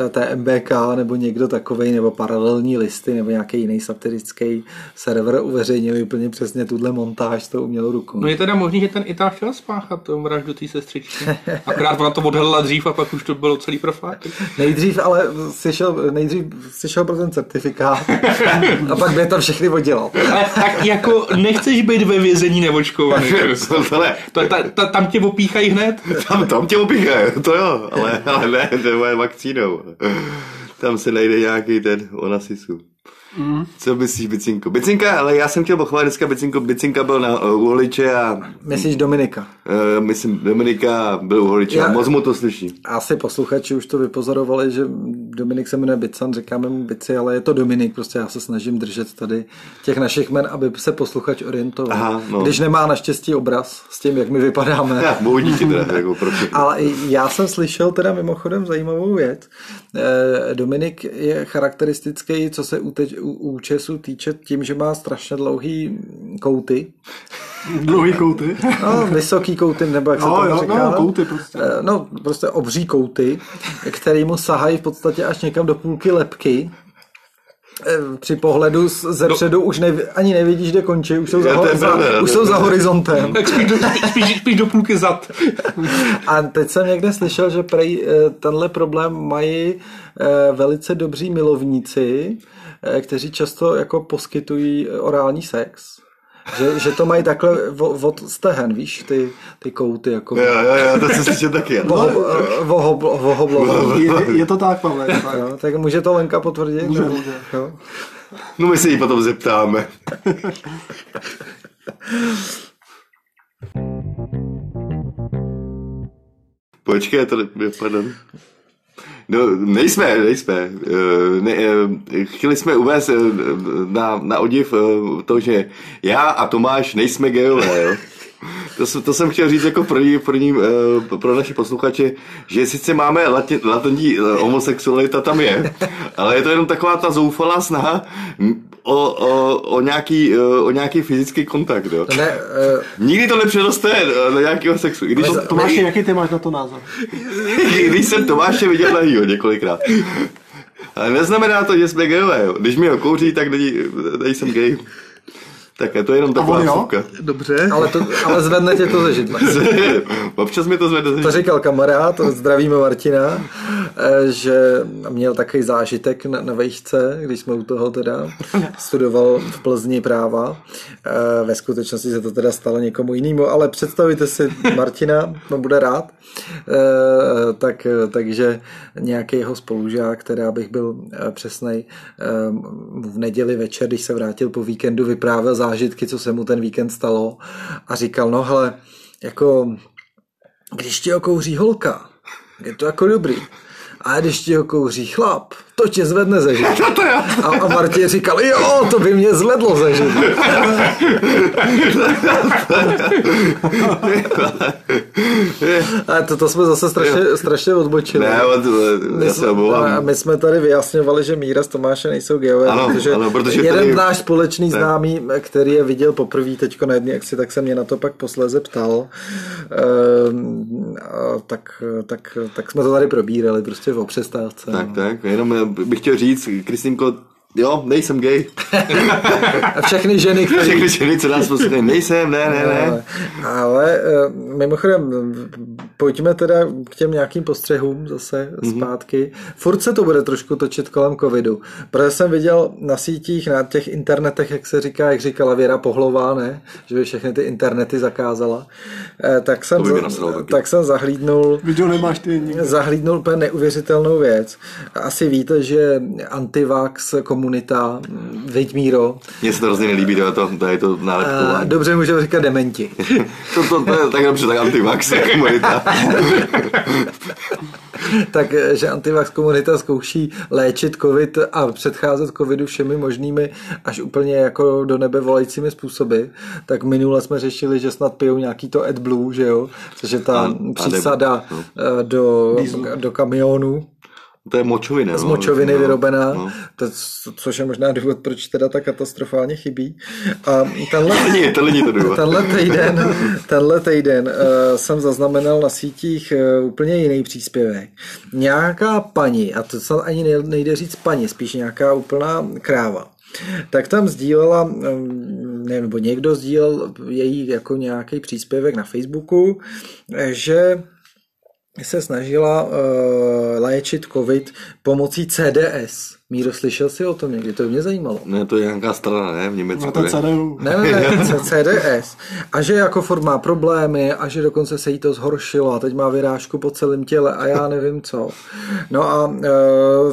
S1: e, TMBK nebo někdo takovej, nebo paralelní listy, nebo nějaký jiný satirický server uveřejnil úplně přesně tuhle montáž s tou umělou rukou.
S2: No je teda možný, že ten Ital chtěl spáchat tu vraždu té sestřičky. Akorát ona to odhalila dřív a pak už to bylo celý profát.
S1: Nejdřív ale si šel, nejdřív si šel pro ten certifikát a pak by to všechny oddělal.
S2: Ale tak jako nech nechceš být ve vězení neočkovaný.
S3: eh,
S2: ale, to, ta, ta, tam tě opíchají hned?
S3: Tam, tam tě opíchají, to jo, ale, ale ne, to je vakcínou. Tam se najde nějaký ten onasisu. Mm. Co myslíš, Bicinko? Bicinka, ale já jsem chtěl pochválit dneska Bicinko. Bicinka byl na uh, uholiče a...
S1: Myslíš Dominika?
S3: Uh, myslím, Dominika byl uholiče já, a moc mu to slyší.
S1: Asi posluchači už to vypozorovali, že Dominik se jmenuje Bican, říkáme mu Bici, ale je to Dominik, prostě já se snažím držet tady těch našich men, aby se posluchač orientoval. Aha, no. Když nemá naštěstí obraz s tím, jak my vypadáme.
S3: Já, bohu díky teda, jako proč.
S1: Ale já jsem slyšel teda mimochodem zajímavou věc. Eh, Dominik je charakteristický, co se úteč, účesu týče tím, že má strašně dlouhý kouty.
S4: Dlouhý kouty?
S1: No, vysoký kouty, nebo jak no, se to jo, říká.
S4: No, kouty prostě.
S1: No, prostě obří kouty, který mu sahají v podstatě až někam do půlky lepky Eh, při pohledu ze předu no. už nev, ani nevidíš, kde končí, už jsou, za, ho, za, už jsou za horizontem.
S2: Tak spíš do, spíš, spíš do půlky zad.
S1: A teď jsem někde slyšel, že prej, eh, tenhle problém mají eh, velice dobří milovníci, eh, kteří často jako poskytují orální sex. Že, že to mají takhle od stehen, víš, ty, ty kouty. Jako...
S3: Jo, jo, jo, to se slyšet taky.
S1: No. eh, Vohoblo.
S4: Je, je to tak, Pavle.
S1: Tak. Jo, No, tak může to Lenka potvrdit?
S4: Může, může. Jo.
S3: No my se jí potom zeptáme. Počkej, to vypadám. No, nejsme, nejsme. Eh, Ne, chtěli jsme uvést eh, na, na odiv eh, to, že já a Tomáš nejsme gejové, jo. To, to jsem chtěl říct jako první, první eh, pro naše posluchače, že sice máme latentní eh, homosexualita, tam je, ale je to jenom taková ta zoufalá snaha o, o, o, nějaký, eh, o nějaký fyzický kontakt. Jo.
S1: Ne,
S3: uh... Nikdy to nepřeroste eh, do nějakého sexu.
S4: Když to, Tomáši, jaký ty máš na to názor?
S3: Když jsem Tomáše viděl nahýho několikrát. Ale neznamená to, že jsme gejové. Když mi ho kouří, tak není, nejsem gay. Takhle, to je jenom taková vsuvka.
S2: Dobře.
S1: eh, Ale, to, ale zvedne tě to ze židle.
S3: Občas mi to zvedne ze
S1: To říkal kamarád, zdravíme Martina, eh, že měl takový zážitek na, na vejšce, když jsme u toho teda studoval v Plzni práva. Eh, Ve skutečnosti se to teda stalo někomu jinému, ale představíte si Martina, on bude rád. Eh, Tak, takže nějaký jeho spolužák, teda bych byl eh, přesnej, v neděli večer, když se vrátil po víkendu, vyprávěl zážitky, co se mu ten víkend stalo a říkal, no hele, jako když ti okouří holka, je to jako dobrý. A když ti ho kouří chlap, to tě zvedne ze židla. A, a Martin říkal, jo, to by mě zvedlo ze židla. A to, to jsme zase strašně, strašně odbočili.
S3: Ne,
S1: my,
S3: já se omlouvám.
S1: my jsme tady vyjasňovali, že Míra s Tomášem nejsou geové,
S3: Ano,
S1: protože,
S3: ano, protože
S1: jeden
S3: tady-
S1: náš společný známý, který je viděl poprvé teď na jedné akci, tak se mě na to pak posléze ptal. Ehm, a tak, tak, tak jsme to tady probírali prostě v přestávce.
S3: Tak, tak, jenom eh, bych chtěl říct, Kristýnko, jo, nejsem gay.
S1: A všechny ženy, které...
S3: Všechny ženy, co nás poslouchají, prostě- nejsem, ne, ne, ne.
S1: Ale eh, mimochodem, pojďme teda k těm nějakým postřehům zase
S3: Mhm.
S1: zpátky. Furt se to bude trošku točit kolem covidu, protože jsem viděl na sítích, na těch internetech, jak se říká, jak říkala Věra Pohlová, ne? Že by všechny ty internety zakázala. Eh, Tak jsem,
S3: To by mě
S1: za-
S3: nasralo taky.
S1: tak jsem zahlídnul
S4: Video nemáš ty nikdo.
S1: zahlídnul úplně neuvěřitelnou věc. Asi víte, že antivax komunita, mm, veď Míro,
S3: Mně se to hrozně nelíbí, tohle to, to je to
S1: eh,
S3: nálepkování.
S1: dobře můžeme říkat dementi.
S3: To, to, to, je tak dobře, tak antivax, jako komunita.
S1: tak, eh, že antivax komunita zkouší léčit covid a předcházet covidu všemi možnými až úplně jako do nebe volajícími způsoby, tak minule jsme řešili, že snad pijou nějaký to AdBlue, že jo, což je ta
S3: A- a nebo- no.
S1: přísada eh, do, do kamionu,
S3: To je močovina. no,
S1: z močoviny vyrobená, to, co- což je možná důvod, proč teda ta katastrofálně chybí. A tenhle,
S3: Není, to není to důvod.
S1: tenhle týden, tenhle týden uh, jsem zaznamenal na sítích uh, úplně jiný příspěvek. Nějaká paní, a to snad ani ne- nejde říct paní, spíš nějaká úplná kráva, tak tam sdílela, mm, ne, nebo někdo sdílel její jako nějaký příspěvek na Facebooku, eh, že se snažila uh, léčit covid pomocí CDS. Míro, slyšel jsi o tom někdy? To by mě zajímalo.
S3: Ne, to je nějaká strana, ne, v Německu.
S4: No to
S3: ne?
S4: CDU.
S1: Ne, ne, ne, C- CDS. A že jako furt má problémy a že dokonce se jí to zhoršilo a teď má vyrážku po celém těle a já nevím co. No a e,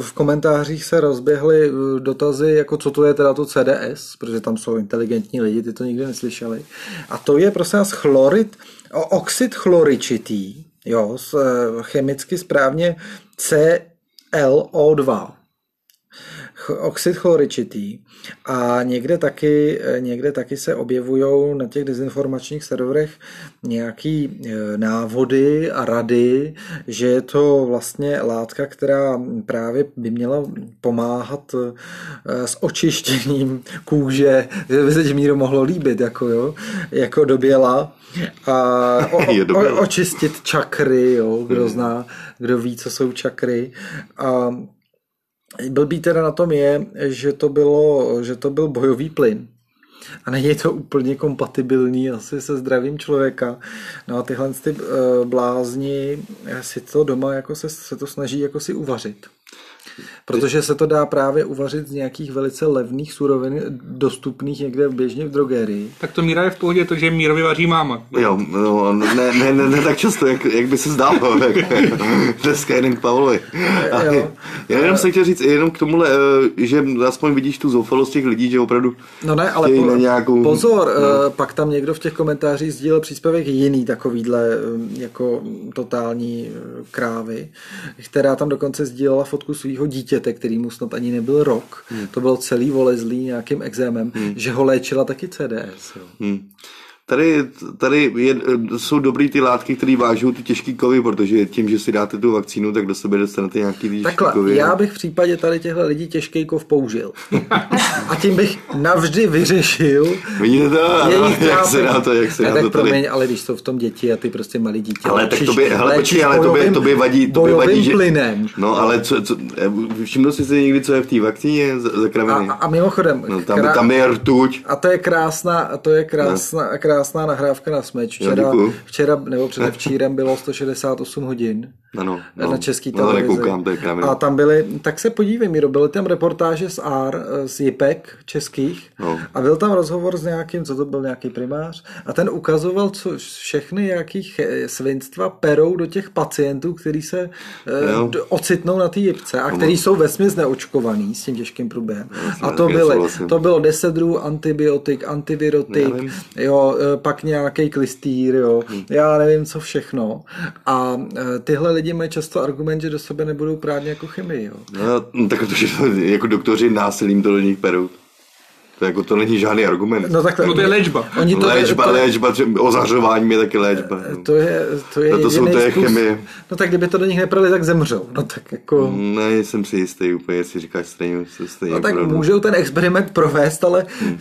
S1: v komentářích se rozběhly e, dotazy, jako co to je teda to CDS, protože tam jsou inteligentní lidi, ty to nikdy neslyšeli. A to je prosím vás chlorid, o- oxid chloričitý, jo, s, e, chemicky správně ClO2 ch- oxid chloričitý a někde taky, eh, někde taky se objevují na těch dezinformačních serverech nějaký eh, návody a rady, že je to vlastně látka, která právě by měla pomáhat eh, s očištěním kůže, že by se tím Míro mohlo líbit, jako jo, jako doběla a o,
S3: Je
S1: o,
S3: doběla. Hmm.
S1: o, očistit čakry, jo, kdo zná, kdo ví, co jsou čakry a Blbý teda na tom je, že to, bylo, že to byl bojový plyn. A není to úplně kompatibilní asi se zdravím člověka. No a tyhle ty eh, blázni eh, si to doma jako se, se to snaží jako si uvařit. Protože se to dá právě uvařit z nějakých velice levných surovin, dostupných někde běžně v drogerii.
S2: Tak to Míra je v pohodě, to, že Mírovi vaří máma.
S3: Jo, no, ne, ne, ne, ne tak často, jak, jak by se zdálo. Tak, dneska jen k Pavlovi. A
S1: Jo.
S3: Já jenom jsem chtěl říct, jenom k tomuhle, eh, že aspoň vidíš tu zoufalost těch lidí, že opravdu
S1: No ne, ale
S3: chtějí
S1: po,
S3: na nějakou...
S1: pozor, no. pak tam někdo v těch komentářích sdílel příspěvek jiný takovýhle eh, jako totální eh, krávy, která tam dokonce sdílela fotku svého dítěte, který mu snad ani nebyl rok. Hmm. To bylo celý volezlý nějakým exémem, hmm. že ho léčila taky CDS. Jo.
S3: Hm. tady, tady je, jsou dobrý ty látky, které vážou ty těžké kovy, protože tím, že si dáte tu vakcínu, tak do sebe dostanete nějaký těžký
S1: Takhle, kovy.
S3: no.
S1: já bych v případě tady těchto lidí těžký kov použil. A tím bych navždy vyřešil
S3: Vidíte to? Jejich no, jak se dá to, jak se
S1: ne,
S3: dá
S1: tak
S3: to tady.
S1: promiň, ale když jsou v tom děti a ty prostě malí dítě.
S3: Ale tak to by, hele, počkej, ale to by, to by vadí, to by vadí, že...
S1: plynem.
S3: No, ale co, co, všiml jsi si někdy, co je v té vakcíně zakraviny?
S1: A, a mimochodem,
S3: No, tam, tam je rtuť.
S1: a to je krásná, a to je krásná, krásná nahrávka na smeč. Včera,
S3: děkuju.
S1: včera nebo předevčírem bylo 168 hodin
S3: Ano, no,
S1: na český
S3: no,
S1: televizi.
S3: nekoukám, to je kravina.
S1: a tam byly, tak se podívej, Miro, byly tam reportáže z AR, z JIPEK českých
S3: No.
S1: a byl tam rozhovor s nějakým, co to byl nějaký primář a ten ukazoval, co všechny jaký ch- svinstva perou do těch pacientů, který se
S3: Jo. No,
S1: no. d- ocitnou na té jipce a který jsou vesměs neočkovaný s tím těžkým průběhem.
S3: Jasně,
S1: A to,
S3: já
S1: byly,
S3: souhlasím.
S1: to bylo 10 druhů antibiotik, antivirotik,
S3: Já vím.
S1: jo, eh, pak nějaký klistýr, jo,
S3: Hmm.
S1: já nevím co všechno. A eh, tyhle lidi mají často argument, že do sebe nebudou prát jako chemii, jo.
S3: No, tak to, že to, jako doktoři násilím to do nich perou. To, jako, to není žádný argument.
S1: No takhle.
S2: No to je léčba.
S1: Oni to,
S3: léčba,
S1: to, Eh,
S3: léčba, třeba ozařování je taky léčba. no.
S1: to je, to je
S3: No to jsou-
S1: jedinej
S3: to je
S1: způsob.
S3: chemie. Hmm,
S1: No tak kdyby to do nich neprali, tak zemřou. No tak jako...
S3: Nejsem si jistý úplně, jestli říkáš stejně, stejně
S1: No tak
S3: pravdu.
S1: můžou ten experiment provést, ale
S3: Hmm.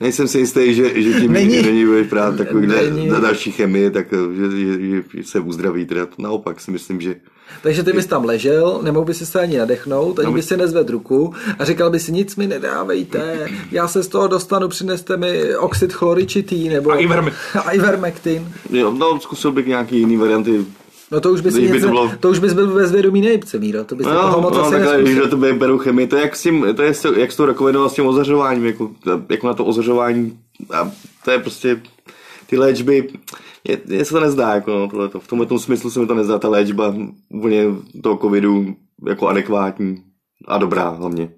S3: Nejsem si jistý, že, že tím, není,
S1: Není.
S3: že není budeš brát takovýhle
S1: Není.
S3: na další chemii, tak eh, že, že, že se uzdraví. Teda to naopak si myslím, že...
S1: Takže ty bys tam ležel, nemohl bys si se ani nadechnout,
S3: No
S1: ani bys si nezvedl ruku a říkal bys si, nic mi nedávejte, já se z toho dostanu, přineste mi oxid chloričitý nebo...
S2: A ivermi-
S1: A ivermektin.
S3: Jo, no, zkusil bych nějaký jiný varianty.
S1: No to už bys,
S3: Když
S1: nic
S3: by to
S1: ne-
S3: bylo-
S1: to už bys byl bezvědomý nejpce, Míro, to bys no, toho
S3: No,
S1: moc
S3: no
S1: asi
S3: takhle, když
S1: nezkusil.
S3: do tebe berou chemii, to je jak s, tím, to je s, tou- jak s tou rakovinou a s tím ozařováním, jako, jako na to ozařování. A to je prostě ty léčby, je, je se to nezdá, jako no, tohleto. v tomhle tom smyslu se mi to nezdá, ta léčba úplně toho covidu jako adekvátní a dobrá hlavně.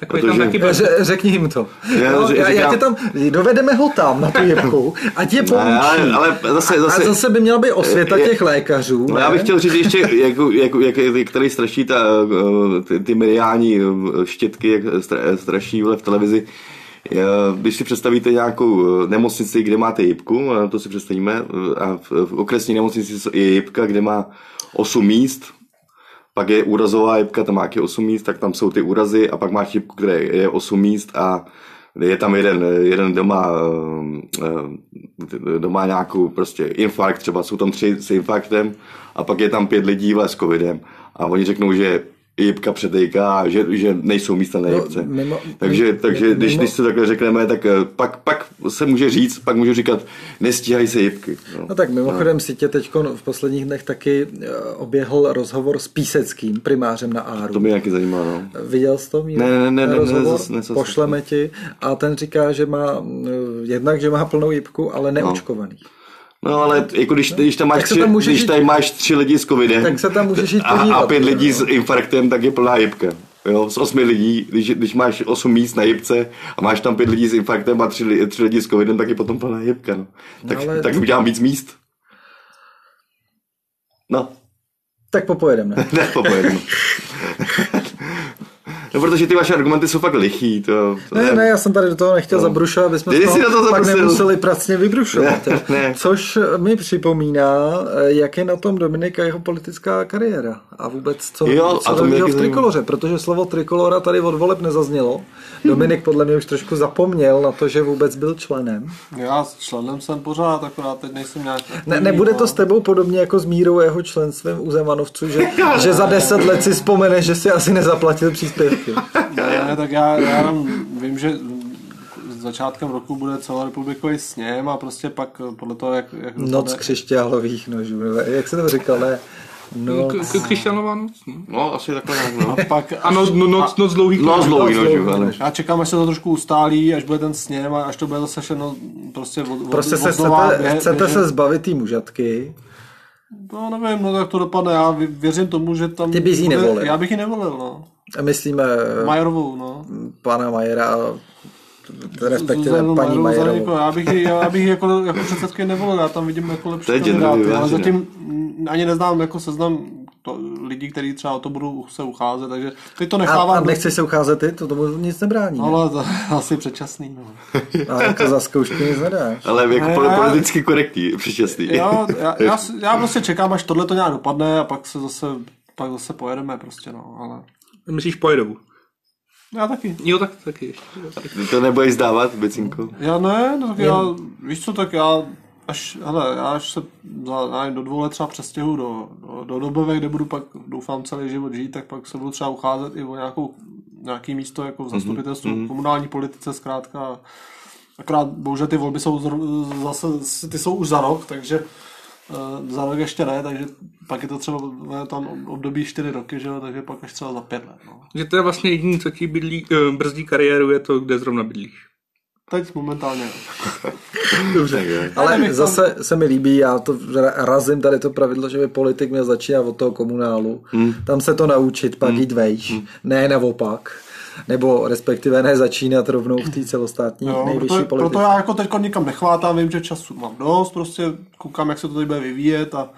S2: Takový tam
S3: Protože-
S2: taky
S1: Ře, řekni jim to.
S3: Já
S1: no,
S3: ři-
S1: já, já
S3: říkám- No,
S1: tě tam, dovedeme ho tam na tu jebku, ať je poučí.
S3: Ne, ale, ale zase,
S1: a
S3: zase,
S1: zase by měla být osvěta
S3: Je-
S1: těch lékařů.
S3: No, já
S1: ne?
S3: bych chtěl říct ještě, jako, jako, jak, jak tady straší ta, eh, ty, ty mediální eh, štětky, jak stra, eh, straší vole v televizi. Eh, Když si představíte nějakou eh, nemocnici, kde máte jipku, eh, to si představíme, eh, a v, v okresní nemocnici je jipka, kde má 8 míst, pak je úrazová jipka, tam má taky 8 míst, tak tam jsou ty úrazy a pak máš jipku, kde je 8 míst a je tam jeden, jeden doma, eh, doma nějakou prostě infarkt, třeba jsou tam tři s infarktem a pak je tam pět lidí vole, s covidem a oni řeknou, že jipka předejká a že, že nejsou místa na
S1: No,
S3: jipce.
S1: mimo-
S3: takže
S1: mimo-
S3: takže když,
S1: mimo-
S3: když se takhle řekneme, tak eh, pak, pak se může říct, pak můžu říkat, nestíhají se jipky. No.
S1: No tak mimochodem si tě teď v posledních dnech taky eh, oběhl rozhovor s Píseckým, primářem na Áru.
S3: To mě taky zajímá, no.
S1: Viděl jsi to, Míro?
S3: Ne, ne, ne, ne, ne,
S1: rozhovor?
S3: zas- ne, zas-
S1: Pošleme ti. A ten říká, že má mm, jednak, že má plnou jipku, ale neočkovaný.
S3: No ale jako když, když, tam máš
S1: Tak se
S3: tři,
S1: tam můžeš
S3: když
S1: jít-
S3: tady máš tři lidi s covidem
S1: Tak se tam můžeš jít
S3: a, a
S1: podívat,
S3: pět
S1: jo.
S3: lidí s infarktem, tak je plná jibka. Jo, z osmi lidí, když, když máš osm míst na jibce a máš tam pět lidí s infarktem a tři, li- tři lidi s covidem, tak je potom plná jibka. No. Tak,
S1: ale-
S3: tak udělám víc míst. No,
S1: Tak popojedeme.
S3: ne, popojedeme. No, protože ty vaše argumenty jsou fakt lichý. To, to
S1: Ne, ne, já jsem tady do toho nechtěl no. zabrušovat, aby jsme
S3: Ty
S1: toho
S3: jsi do toho
S1: pak
S3: zabrusil.
S1: nemuseli pracně vybrušovat.
S3: Ne,
S1: jo.
S3: ne.
S1: Což mi připomíná, eh, jak je na tom Dominik a jeho politická kariéra a vůbec co,
S3: Jo,
S1: co
S3: a to mě
S1: novýho
S3: taky
S1: v trikoloře, protože slovo trikolora tady od voleb nezaznělo. Dominik podle mě už trošku zapomněl na to, že vůbec byl členem.
S4: Já s členem jsem pořád, akorát teď nejsem nějak...
S1: Ne,
S4: aktivní,
S1: nebude to
S4: no.
S1: s tebou podobně jako s Mírou a jeho členstvím u Zemanovců, že, že za deset let si vzpomeneš, že si asi nezaplatil příspěvky.
S4: Ne, ne, tak já, já jenom vím, že s začátkem roku bude celorepublikový sněm a prostě pak eh, podle toho, jak... jak
S1: Noc křišťálových nožů, ne? jak se to říkal, ne? No,
S2: K- k- Křišťanová noc. no.
S3: No, asi takhle nějak, no.
S4: A pak...
S2: A noc, no, noc, noc dlouhých
S3: No,
S2: nožů.
S3: zlouhý nožů, ano.
S4: Já čekám, až se to trošku ustálí, až bude ten sněm a až to bude zase všechno prostě od, od-
S1: Prostě se
S4: odnova,
S1: chcete,
S4: běh-
S1: chcete
S4: běžet.
S1: se zbavit té mužatky.
S4: No nevím, no tak to dopadne, já vě- věřím tomu, že tam...
S1: Ty bys jí
S4: bude-
S1: nevolil.
S4: Já bych ji nevolil, no.
S1: A myslíme Maj-
S4: Majerovou, no.
S1: pana Majera, respektive
S4: Zuzanu
S1: paní
S4: Majerovou Zeleníkovou.
S1: Majerovou.
S4: Já bych ji, já bych ji jako, jako předsedky nevolil, já tam vidím jako lepší
S3: To je
S4: kandidáty,
S3: dělá, dělá.
S4: ale zatím mm, ani neznám jako seznam to, lidi, kteří třeba o to budou se ucházet, takže ty to nechávám. A,
S1: a nechceš se ucházet ty, to tomu nic nebrání.
S4: No, ale to asi předčasný. No.
S1: A jako za zkoušky nic nedáš.
S3: Ale jako ne, politicky korektní, předčasný.
S4: Jo, já, já, já, prostě čekám, až tohle to nějak dopadne a pak se zase, pak zase pojedeme prostě, no, ale...
S2: Myslíš pojedou?
S4: Já taky.
S2: Jo, tak taky.
S3: Ty to nebudeš dávat, Becinko?
S4: Já ne, no tak já, já, víš co, tak já až, hele, já až se za, nevím, do dvou let třeba přestěhu do, do, do Dobové, kde budu pak, doufám, celý život žít, tak pak se budu třeba ucházet i o nějakou, nějaký místo jako v zastupitelstvu, mm-hmm. komunální politice zkrátka. Akorát bohužel ty volby jsou zr- zase, ty jsou už za rok, takže uh, za rok ještě ne, takže pak je to třeba ne, tam období 4 roky, že jo, takže pak až třeba za 5 let. No.
S2: Že to je vlastně jediný, co ti bydlí, eh, brzdí kariéru, je to, kde zrovna bydlíš.
S4: Teď momentálně.
S1: Dobře. Ale zase se mi líbí, já to razím tady to pravidlo, že by politik měl začíná od toho komunálu. Hmm. Tam se to naučit, pak hmm. jít vejš. Hmm. Ne naopak. Nebo respektive ne začínat rovnou v té celostátní jo, nejvyšší
S4: No, proto,
S1: politice.
S4: Proto já jako teď nikam nechvátám, vím, že času mám dost, prostě koukám, jak se to tady bude vyvíjet a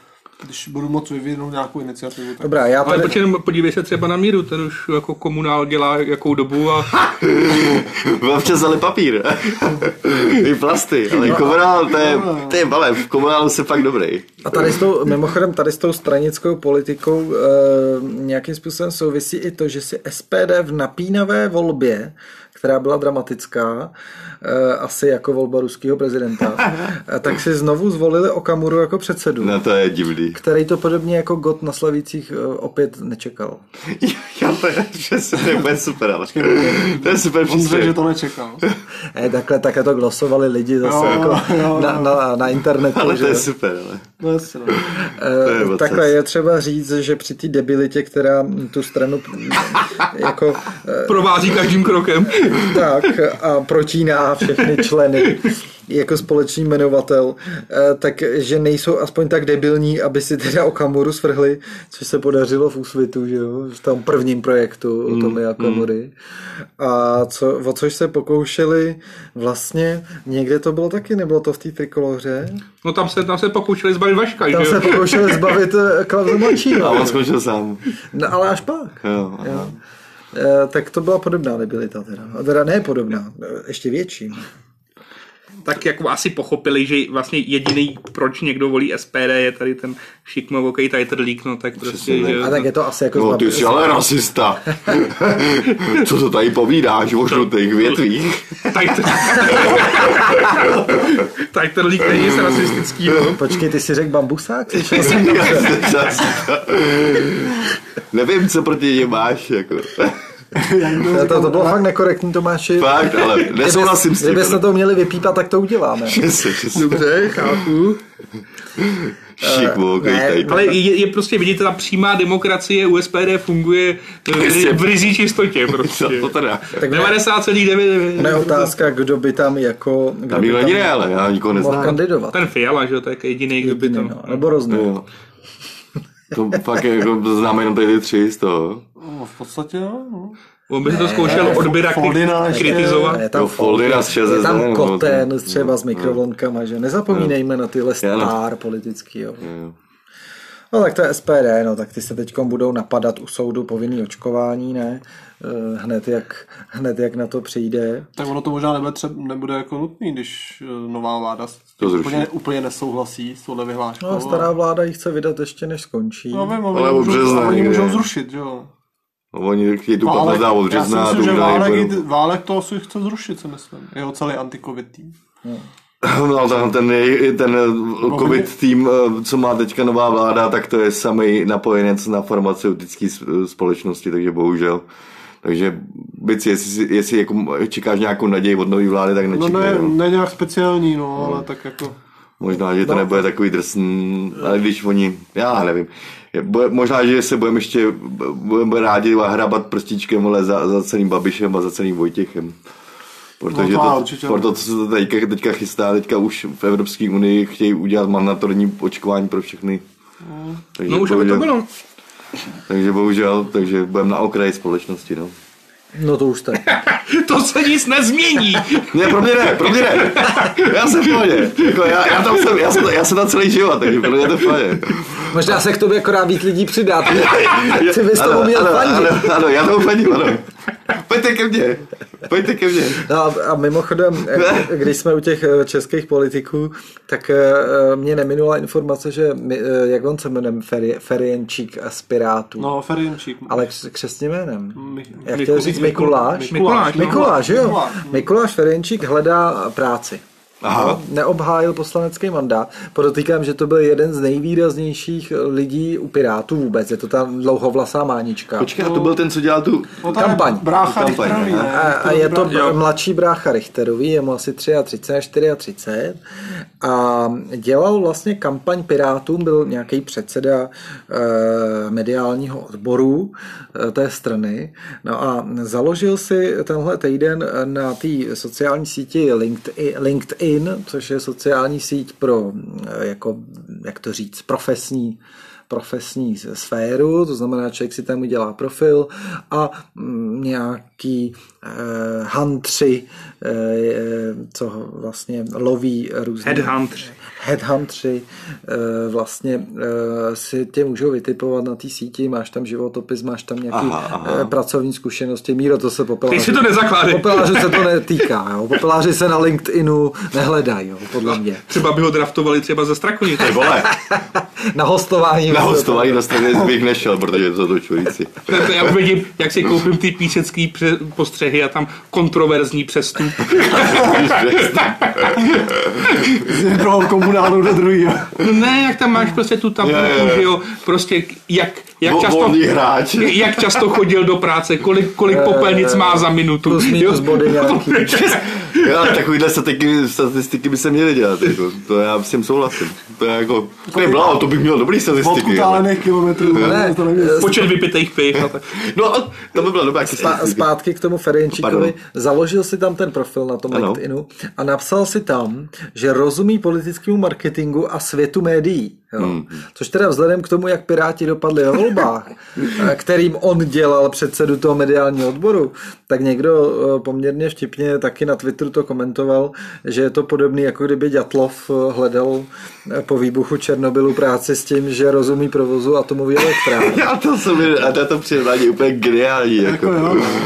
S4: když budu moc vyvinout nějakou iniciativu. Tak...
S1: Dobrá, já
S2: tady... Ale počkej, podívej se třeba na míru, ten už jako komunál dělá jakou dobu a...
S3: Vám vzali papír. I plasty, ale no, komunál, to je, to je bale, v komunálu se fakt dobrý.
S1: A tady s tou, mimochodem, tady s tou stranickou politikou e, nějakým způsobem souvisí i to, že si SPD v napínavé volbě která byla dramatická, asi jako volba ruského prezidenta, tak si znovu zvolili Okamuru jako předsedu.
S3: No to je divný.
S1: Který to podobně jako God na Slavících opět nečekal.
S3: Já to je, přesně, to je úplně super, ale to je super
S4: On že to nečekal.
S1: E, takhle, takhle to glosovali lidi zase jo, jako jo, jo, na, na, na, internetu.
S3: Ale to je super, ale.
S4: No, jasně, no.
S1: E, takhle je třeba říct, že při té debilitě, která tu stranu jako...
S2: Provází každým krokem
S1: tak a protíná všechny členy jako společný jmenovatel, takže nejsou aspoň tak debilní, aby si teda Okamuru svrhli, což se podařilo v Úsvitu, že jo, v tom prvním projektu mm, o Tomi Okamury. Mm. A co, o což se pokoušeli vlastně, někde to bylo taky, nebylo to v té trikoloře?
S2: No tam se, tam se pokoušeli zbavit Vaška,
S1: Tam
S2: že
S1: se pokoušeli zbavit eh, Klauze Mladšího.
S3: A on skončil sám.
S1: No ale až pak. Eh,
S3: Jo, aha. jo
S1: tak to byla podobná debilita teda. Teda ne podobná, ještě větší.
S2: Tak jako asi pochopili, že vlastně jediný, proč někdo volí SPD, je tady ten šikmovoký Title League, no tak prostě... Že...
S1: A tak je to asi jako...
S3: No ty jsi ale rasista. Co to tady povídáš o žlutých větvích?
S2: Title League není se rasistický, no.
S1: Počkej, ty si řekl bambusák? Slyšel
S3: jsem Nevím, co proti něm máš, jako.
S1: to, to, to bylo fakt nekorektní, Tomáši.
S3: Fakt, ale nesouhlasím s tím.
S1: Kdybyste to měli vypípat, tak to uděláme.
S3: Přesně, přesně.
S2: Dobře, chápu.
S3: Šikmo, uh, ne,
S2: ale je, je, prostě, vidíte, ta přímá demokracie u SPD funguje eh, v rizí čistotě. Prostě.
S3: No, to teda.
S2: 90,99.
S1: Ne, otázka, kdo by tam jako... Kdo
S3: tam nikdo není, ale já nikoho neznám.
S1: kandidovat.
S2: Ten Fiala, že jo, tak jediný, kdo by tam...
S1: No, nebo rozděl.
S3: To fakt je, jako, známe jenom tady tři z toho.
S4: No, v podstatě jo. No.
S2: On by ne, to zkoušel od Bira kritizovat.
S1: Je tam, jo,
S3: Foldina z
S1: je
S3: no,
S1: tam Koten třeba s mikrovlnkama, že? Nezapomínejme na tyhle
S3: no.
S1: star politický. Jo. No tak to je SPD, no tak ty se teď budou napadat u soudu povinný očkování, ne? Eh, Hned jak, hned jak na to přijde.
S4: Tak ono to možná nebude, třeba, nebude jako nutný, když nová vláda
S3: to zruší. Úplně,
S4: úplně nesouhlasí s touhle vyhláškou.
S1: No, stará vláda ji chce vydat ještě než skončí.
S4: No, vím, ale můžou, března, oni můžou zrušit, jo.
S3: No, oni chtějí tu válek, dá od března.
S4: Já si myslím, že válek, válek to asi chce zrušit, si myslím. Jeho celý antikovid tým.
S3: No. No, tam ten, ten eh, covid tým, eh, co má teďka nová vláda, tak to je samý napojenec na farmaceutické společnosti, takže bohužel. Takže byci, jestli, jestli jako čekáš nějakou naději od nové vlády, tak nečekaj.
S4: No ne, ne nějak speciální, no,
S3: Hmm.
S4: no, ale tak jako...
S3: Možná, že to no. nebude takový drsný, ale když oni, já nevím. Bude, možná, že se budeme ještě budeme rádi hrabat prstíčkem ale za, za celým Babišem a za celým Vojtěchem. Protože no to, to, určitě, proto, co se teďka, teďka chystá, teďka už v Evropské unii chtějí udělat mandatorní očkování pro všechny.
S2: No, takže no už by to bylo.
S3: Takže bohužel, takže budeme na okraji společnosti, no.
S1: No to už tak.
S2: to se nic nezmění.
S3: ne, pro mě ne, pro mě ne. Já jsem v pohodě. Jako já, já, tam jsem, já, jsem, já jsem tam celý život, takže pro mě to v pohodě.
S1: Možná se k tobě akorát víc lidí přidá. Ty, ty bys
S3: Ano,
S1: tomu měl
S3: ano,
S1: fandit.
S3: ano, ano, já tomu fandím, ano. Pojďte ke mně, pojďte ke mně.
S1: No a, a mimochodem, eh, když jsme u těch eh, českých politiků, tak eh, mě neminula informace, že, my, eh, jak on se jmenuje, Feri, Ferienčík z Pirátů, no.
S4: No, Ferinčík.
S1: ale kř- křestním jménem.
S4: Mi-
S1: Já chtěl říct Mikuláš.
S2: Mikuláš, no.
S1: Mikuláš, jo.
S4: Mikuláš, no.
S1: Mikuláš Ferjenčík hledá práci.
S3: Aha.
S1: Neobhájil poslanecký mandát. Podotýkám, že to byl jeden z nejvýraznějších lidí u Pirátů vůbec. Je to ta dlouhovlasá mánička.
S3: Počkej, a to byl ten, co dělal tu...
S4: No, tam je
S1: Kampaň.
S4: Brácha
S3: Kampaň,
S4: Richterový,
S3: aha.
S4: ne?
S1: A, a je to
S4: Richterový
S1: br-
S4: brácha.
S1: mladší brácha Richterový, je mu asi 33 a 34 a dělal vlastně kampaň Pirátům, byl nějaký předseda e, mediálního odboru e, té strany. No a založil si tenhle týden na té sociální síti LinkedIn, LinkedIn, což je sociální síť pro, e, jako, jak to říct, profesní profesní sféru, to znamená, člověk si tam udělá profil a mm, nějaký eh, hantři, eh, eh, co ho vlastně loví různé...
S2: Headhuntři.
S1: Headhuntři eh, vlastně eh, si tě můžou vytipovat na té síti, máš tam životopis, máš tam nějaký
S3: Aha, aha.
S1: eh, pracovní zkušenosti. Míro, to se popeláře...
S2: Ty si to nezakládej.
S1: Popeláře se to netýká, jo. Popeláři se na LinkedInu nehledají, jo, podle mě.
S2: Třeba by ho draftovali třeba ze Strakonice.
S3: Vole,
S1: Na hostování.
S3: na hostování na straně bych nešel, protože to jsou čuríci.
S2: Tak to Já už vidím, jak si koupím ty písecký pře- postřehy a tam kontroverzní přestup.
S4: Z jednoho komunálu do druhého.
S2: Ne, jak tam máš prostě tu tam,
S3: Jo, jo, jo.
S2: že jo, prostě jak, jak
S3: Vo-
S2: často...
S3: volný hráč.
S1: prostě.
S2: Jak často chodil do práce, kolik, kolik popelnic má za minutu.
S1: Eh, Plus minus body nějaký.
S3: Jo, ale takovýhle statiky, statistiky by se měly dělat, jako, to já s tím souhlasím. To je jako, to je bláho, to bych měl dobrý statistiky. ale-
S4: Odkutálených kilometrů.
S1: Ne,
S4: to nevím.
S2: Počet vypitých piv. a tak.
S3: No, a to by bylo dobrá
S1: Spa-
S3: statistika.
S1: zpátky k tomu Ferenčíkovi.
S3: Pardon.
S1: Založil si tam ten profil na tom
S3: Ano.
S1: LinkedInu a napsal si tam, že rozumí politickému marketingu a světu médií. Jo.
S3: Hmm.
S1: Což teda vzhledem k tomu, jak Piráti dopadli ve volbách, eh, kterým on dělal předsedu toho mediálního odboru, tak někdo eh, poměrně vtipně taky na Twitteru to komentoval, že je to podobný, jako kdyby Ďatlov eh, hledal eh, po výbuchu Černobylu práci s tím, že rozumí provozu atomové elektrárny.
S3: Já to se mi, a to- to přirovnání je úplně geniální, jako.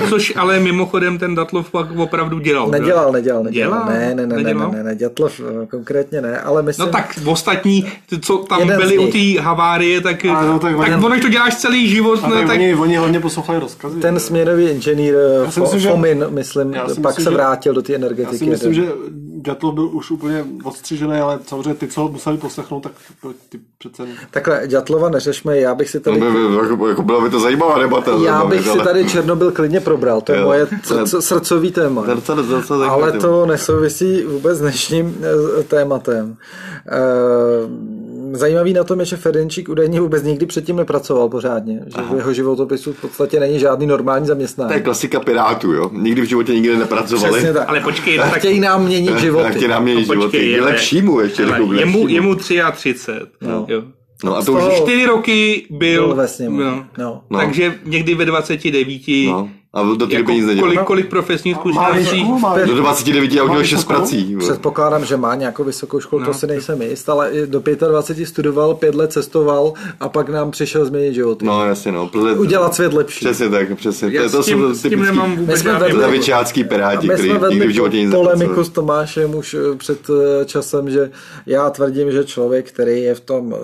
S2: Což ale mimochodem ten Datlov pak opravdu dělal. že?
S1: Nedělal, nedělal, nedělal.
S2: Dělal?
S1: Ne, ne, ne, ne, ne,
S2: Nedělal?
S1: ne, ne, Dětlov eh, konkrétně ne, ale myslím...
S2: No tak ostatní, ty, co tam
S1: Jeden z
S2: byli u
S1: nich.
S2: té havárie, tak,
S4: Ano, tak
S2: tak,
S4: oni-
S2: ono, když to děláš celý život,
S4: A
S2: ne,
S4: No, tak
S2: tak
S4: oni, oni hlavně poslouchali rozkazy.
S1: Ten směrový inženýr eh,
S4: si
S1: Fo-
S4: myslím, že-
S1: Fomin, myslím,
S4: Já si
S1: pak
S4: myslím,
S1: se
S4: že-
S1: vrátil do té
S4: Já si
S1: energetiky.
S4: myslím,
S1: jeden.
S4: že Ďatlov byl už úplně odstřižený, ale samozřejmě ty, co ho museli poslechnout, tak ty přece...
S1: Takhle, Ďatlova neřešme, já bych si tady...
S3: To by- by- jako- jako byla by to zajímavá debata,
S1: Já
S3: zajímavá,
S1: bych si
S3: ale-
S1: tady Černobyl klidně probral, to je
S3: Jo.
S1: moje c- c- srdcový téma.
S3: To je docela- docela zajímavý
S1: Ale
S3: téma.
S1: to nesouvisí vůbec s dnešním eh, tématem. Eh, Zajímavý na tom je, že Ferenčík údajně vůbec nikdy předtím nepracoval pořádně, že v jeho životopisu v podstatě není žádný normální zaměstnání.
S3: To je klasika pirátů, jo. Nikdy v životě nikdy nepracovali.
S1: Přesně tak.
S2: ale počkej, no
S1: A
S2: tak
S1: chtějí nám měnit
S3: Tak
S1: životy.
S3: ti nám mění
S2: No
S3: životy.
S2: počkej,
S3: Je
S2: ale-
S3: lepšímu ještě
S2: hele,
S3: řeknou k
S2: jemu,
S3: lepšímu.
S2: jemu 33. No. Jo.
S3: No a to už...
S1: toho-
S2: Čtyři roky byl,
S1: Byl ve sněmu. No.
S3: No.
S2: Takže někdy ve 29.
S3: No. A do té doby nic
S2: Jako
S3: nedělal.
S1: No.
S2: kolik, kolik profesních
S4: Má
S2: zkušeností?
S4: výšku, má
S3: Do 29 já udělal 6
S4: vysokou?
S3: prací. jo.
S1: Předpokládám, že má nějakou vysokou školu, no, to si nejsem jist, ale i do 25 studoval, pět let cestoval a pak nám přišel změnit životy.
S3: No jasně, no. Protože-
S1: Udělat svět lepší.
S3: Přesně tak, přesně.
S2: Já
S3: To- to
S2: s tím,
S3: jsou prostě
S2: s tím
S3: typický
S2: nemám
S1: My
S2: vůbec jako-
S1: jsme
S2: žádný
S1: vedli-
S2: problém.
S3: levičácký
S1: A
S3: piráti,
S1: my
S3: který
S1: jsme
S3: nikdy v
S1: vedli
S3: životě nic
S1: polemiku
S3: nepracovali.
S1: s Tomášem už eh, před eh, časem, že já tvrdím, že člověk, který je v tom,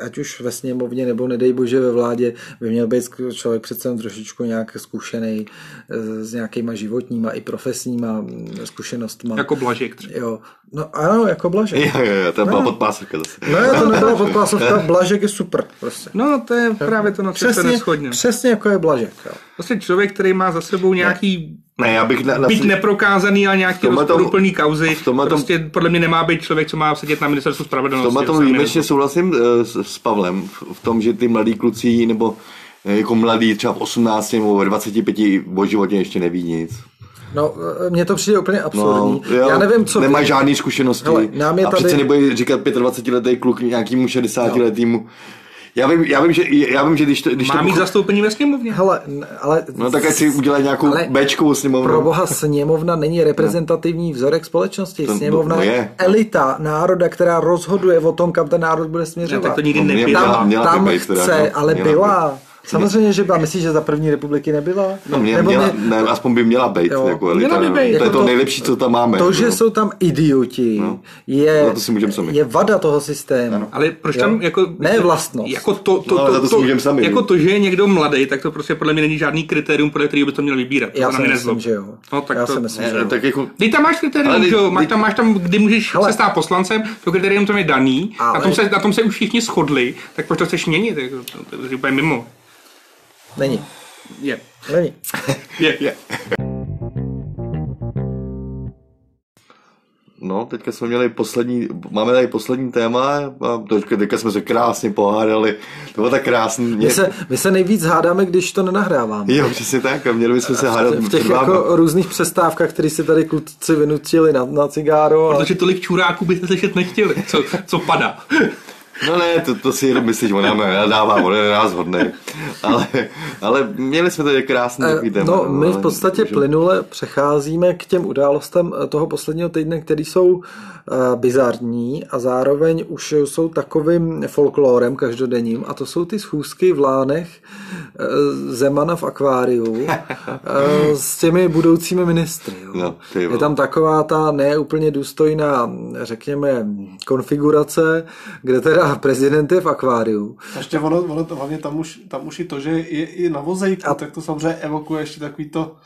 S1: eh, ať už ve sněmovně nebo nedej bože ve vládě, by měl být sk- člověk přece jen trošičku nějak zkušený eh, s nějakýma životníma i profesníma mm, zkušenostma.
S2: Jako Blažek třeba.
S1: Jo. No ano, jako Blažek.
S3: Jo, jo, jo, to byla podpásovka zase.
S1: Ne, No, to nebyla podpásovka, Blažek je super prostě.
S2: No, to je právě to, na co se
S1: Přesně,
S2: neschodně.
S1: přesně jako je Blažek. Jo.
S2: Vlastně člověk, který má za sebou nějaký
S3: Ne, já bych na, na
S2: být neprokázaný a nějaký
S3: tomhle tom-
S2: rozporuplný kauzy.
S3: v tomhle tom-
S2: prostě podle mě nemá být člověk, co má sedět na ministerstvu
S3: v
S2: spravedlnosti.
S3: tomhle tomu
S2: sám
S3: výjimečně souhlasím eh, s, s Pavlem, v v tom, že ty mladí kluci nebo eh, jako mladý třeba v 18 nebo ve 25 o životě ještě neví nic.
S1: No, eh, mně to přijde úplně absurdní.
S3: No, jo,
S1: Já nevím, co...
S3: Nemají žádné zkušenosti.
S1: Hele, nám je
S3: a
S1: tady-
S3: přece nebude říkat 25-letý kluk nějakému 60-letýmu. Já vím, já vím, že, já vím, že když to... Když
S2: Má
S3: to
S2: mít zastoupení ve sněmovně.
S1: Hele, n- ale...
S3: No tak ať si udělá nějakou
S1: Ale-
S3: Bčkovou sněmovnu.
S1: Pro boha, sněmovna není reprezentativní vzorek společnosti.
S3: To- to-
S1: Sněmovna
S3: to
S1: je
S3: je.
S1: elita národa, která rozhoduje o tom, kam ten národ bude
S2: Ne,
S1: směřovat.
S2: tak to nikdy
S3: No, mě
S2: nebyla.
S3: byla- měla by
S1: tam
S3: být teda,
S1: chce,
S3: no.
S1: ale
S3: Měla by.
S1: byla. Samozřejmě, že byla. Myslíš, že za první republiky nebyla?
S3: No, mě,
S1: Nebo
S3: měla,
S1: my-
S3: ne, aspoň by měla být.
S1: Jo.
S3: Jako,
S2: Měla
S3: elita,
S2: by
S3: no.
S2: být.
S3: To
S1: Jako
S3: je
S1: to-
S3: to nejlepší, co tam máme.
S1: To, že
S3: no.
S1: jsou tam idioti, je,
S3: Za to si můžem sami.
S1: je vada toho systému.
S2: Ale proč tam
S1: Jo.
S2: jako...
S1: Ne vlastnost.
S2: Jako to, to,
S3: No, ale
S2: to,
S3: za to si můžeme sami,
S2: jako
S3: no.
S2: to, že je někdo mladý, tak to prostě podle mě není žádný kritérium, podle kterého by to měl vybírat. To
S1: Já
S2: se na
S1: si
S2: mě
S1: myslím,
S2: nezlob.
S1: že jo.
S2: No, tak
S1: Já
S2: to-
S1: si myslím, že
S3: Ne,
S1: jo.
S3: tak jako,
S2: Ty tam máš kritérium,
S3: Ale
S2: že jo?
S3: ty-
S2: Máš tam, máš tam, kdy můžeš
S1: Hele.
S2: se stát poslancem, to kritérium tam je daný,
S1: Ale-
S2: na, tom se, na tom se už všichni shodli, tak proč to chceš měnit? Jako, to, to, je úplně mimo.
S1: Není.
S2: Je.
S1: Není.
S2: Je. je.
S3: No, teďka jsme měli poslední, máme tady poslední téma a teďka, teďka jsme se krásně pohádali. To bylo tak krásný. Mě,
S1: My se, my se nejvíc hádáme, když to nenahráváme.
S3: Jo, přesně tak. A měli bychom se hádat
S1: V
S3: před
S1: těch
S3: vámi.
S1: jako různých přestávkách, které si tady kluci vynutili na, na cigáro. A...
S2: Protože tolik čuráků byste slyšet nechtěli, co, co padá.
S3: No ne, to, to si jenom myslíš, ona mě nadává, ona je nás hodnej. Ale, ale měli jsme tady krásný
S1: Eh,
S3: takový téma.
S1: No, my
S3: ale
S1: v podstatě
S3: můžeme-
S1: plynule přecházíme k těm událostem eh, toho posledního týdne, které jsou eh, bizarní a zároveň už jsou takovým folklorem každodenním a to jsou ty schůzky v lánech eh, Zemana v akváriu eh, s těmi budoucími ministry. Jo.
S3: No, ty
S1: je
S3: vole.
S1: tam taková ta neúplně důstojná, řekněme, konfigurace, kde teda prezident je v akváriu.
S4: A Ještě ono, ono to, hlavně tam už, tam už i to, že je i na vozejku,
S1: A-
S4: a... tak to samozřejmě evokuje ještě takový to,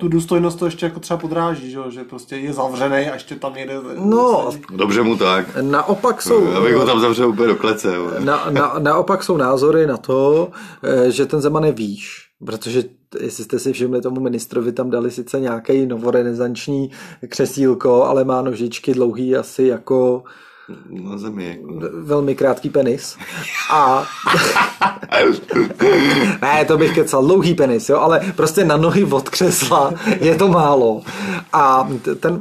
S4: tu důstojnost to ještě jako třeba podráží, že, jo, že prostě je zavřený a ještě tam někde
S1: No,
S4: sedí.
S3: Dobře mu tak.
S1: naopak jsou...
S3: Abych ho tam zavřel úplně do klece. jo.
S1: Na, na, naopak jsou názory na to, eh, že ten Zeman je výš, protože t- jestli jste si všimli, tomu ministrovi tam dali sice nějaký novorenesanční křesílko, ale má nožičky dlouhý asi jako
S3: Na zemi. Jako.
S1: velmi krátký penis. A ne, to bych kecal, dlouhý penis, jo, ale prostě na nohy od křesla je to málo. A t- ten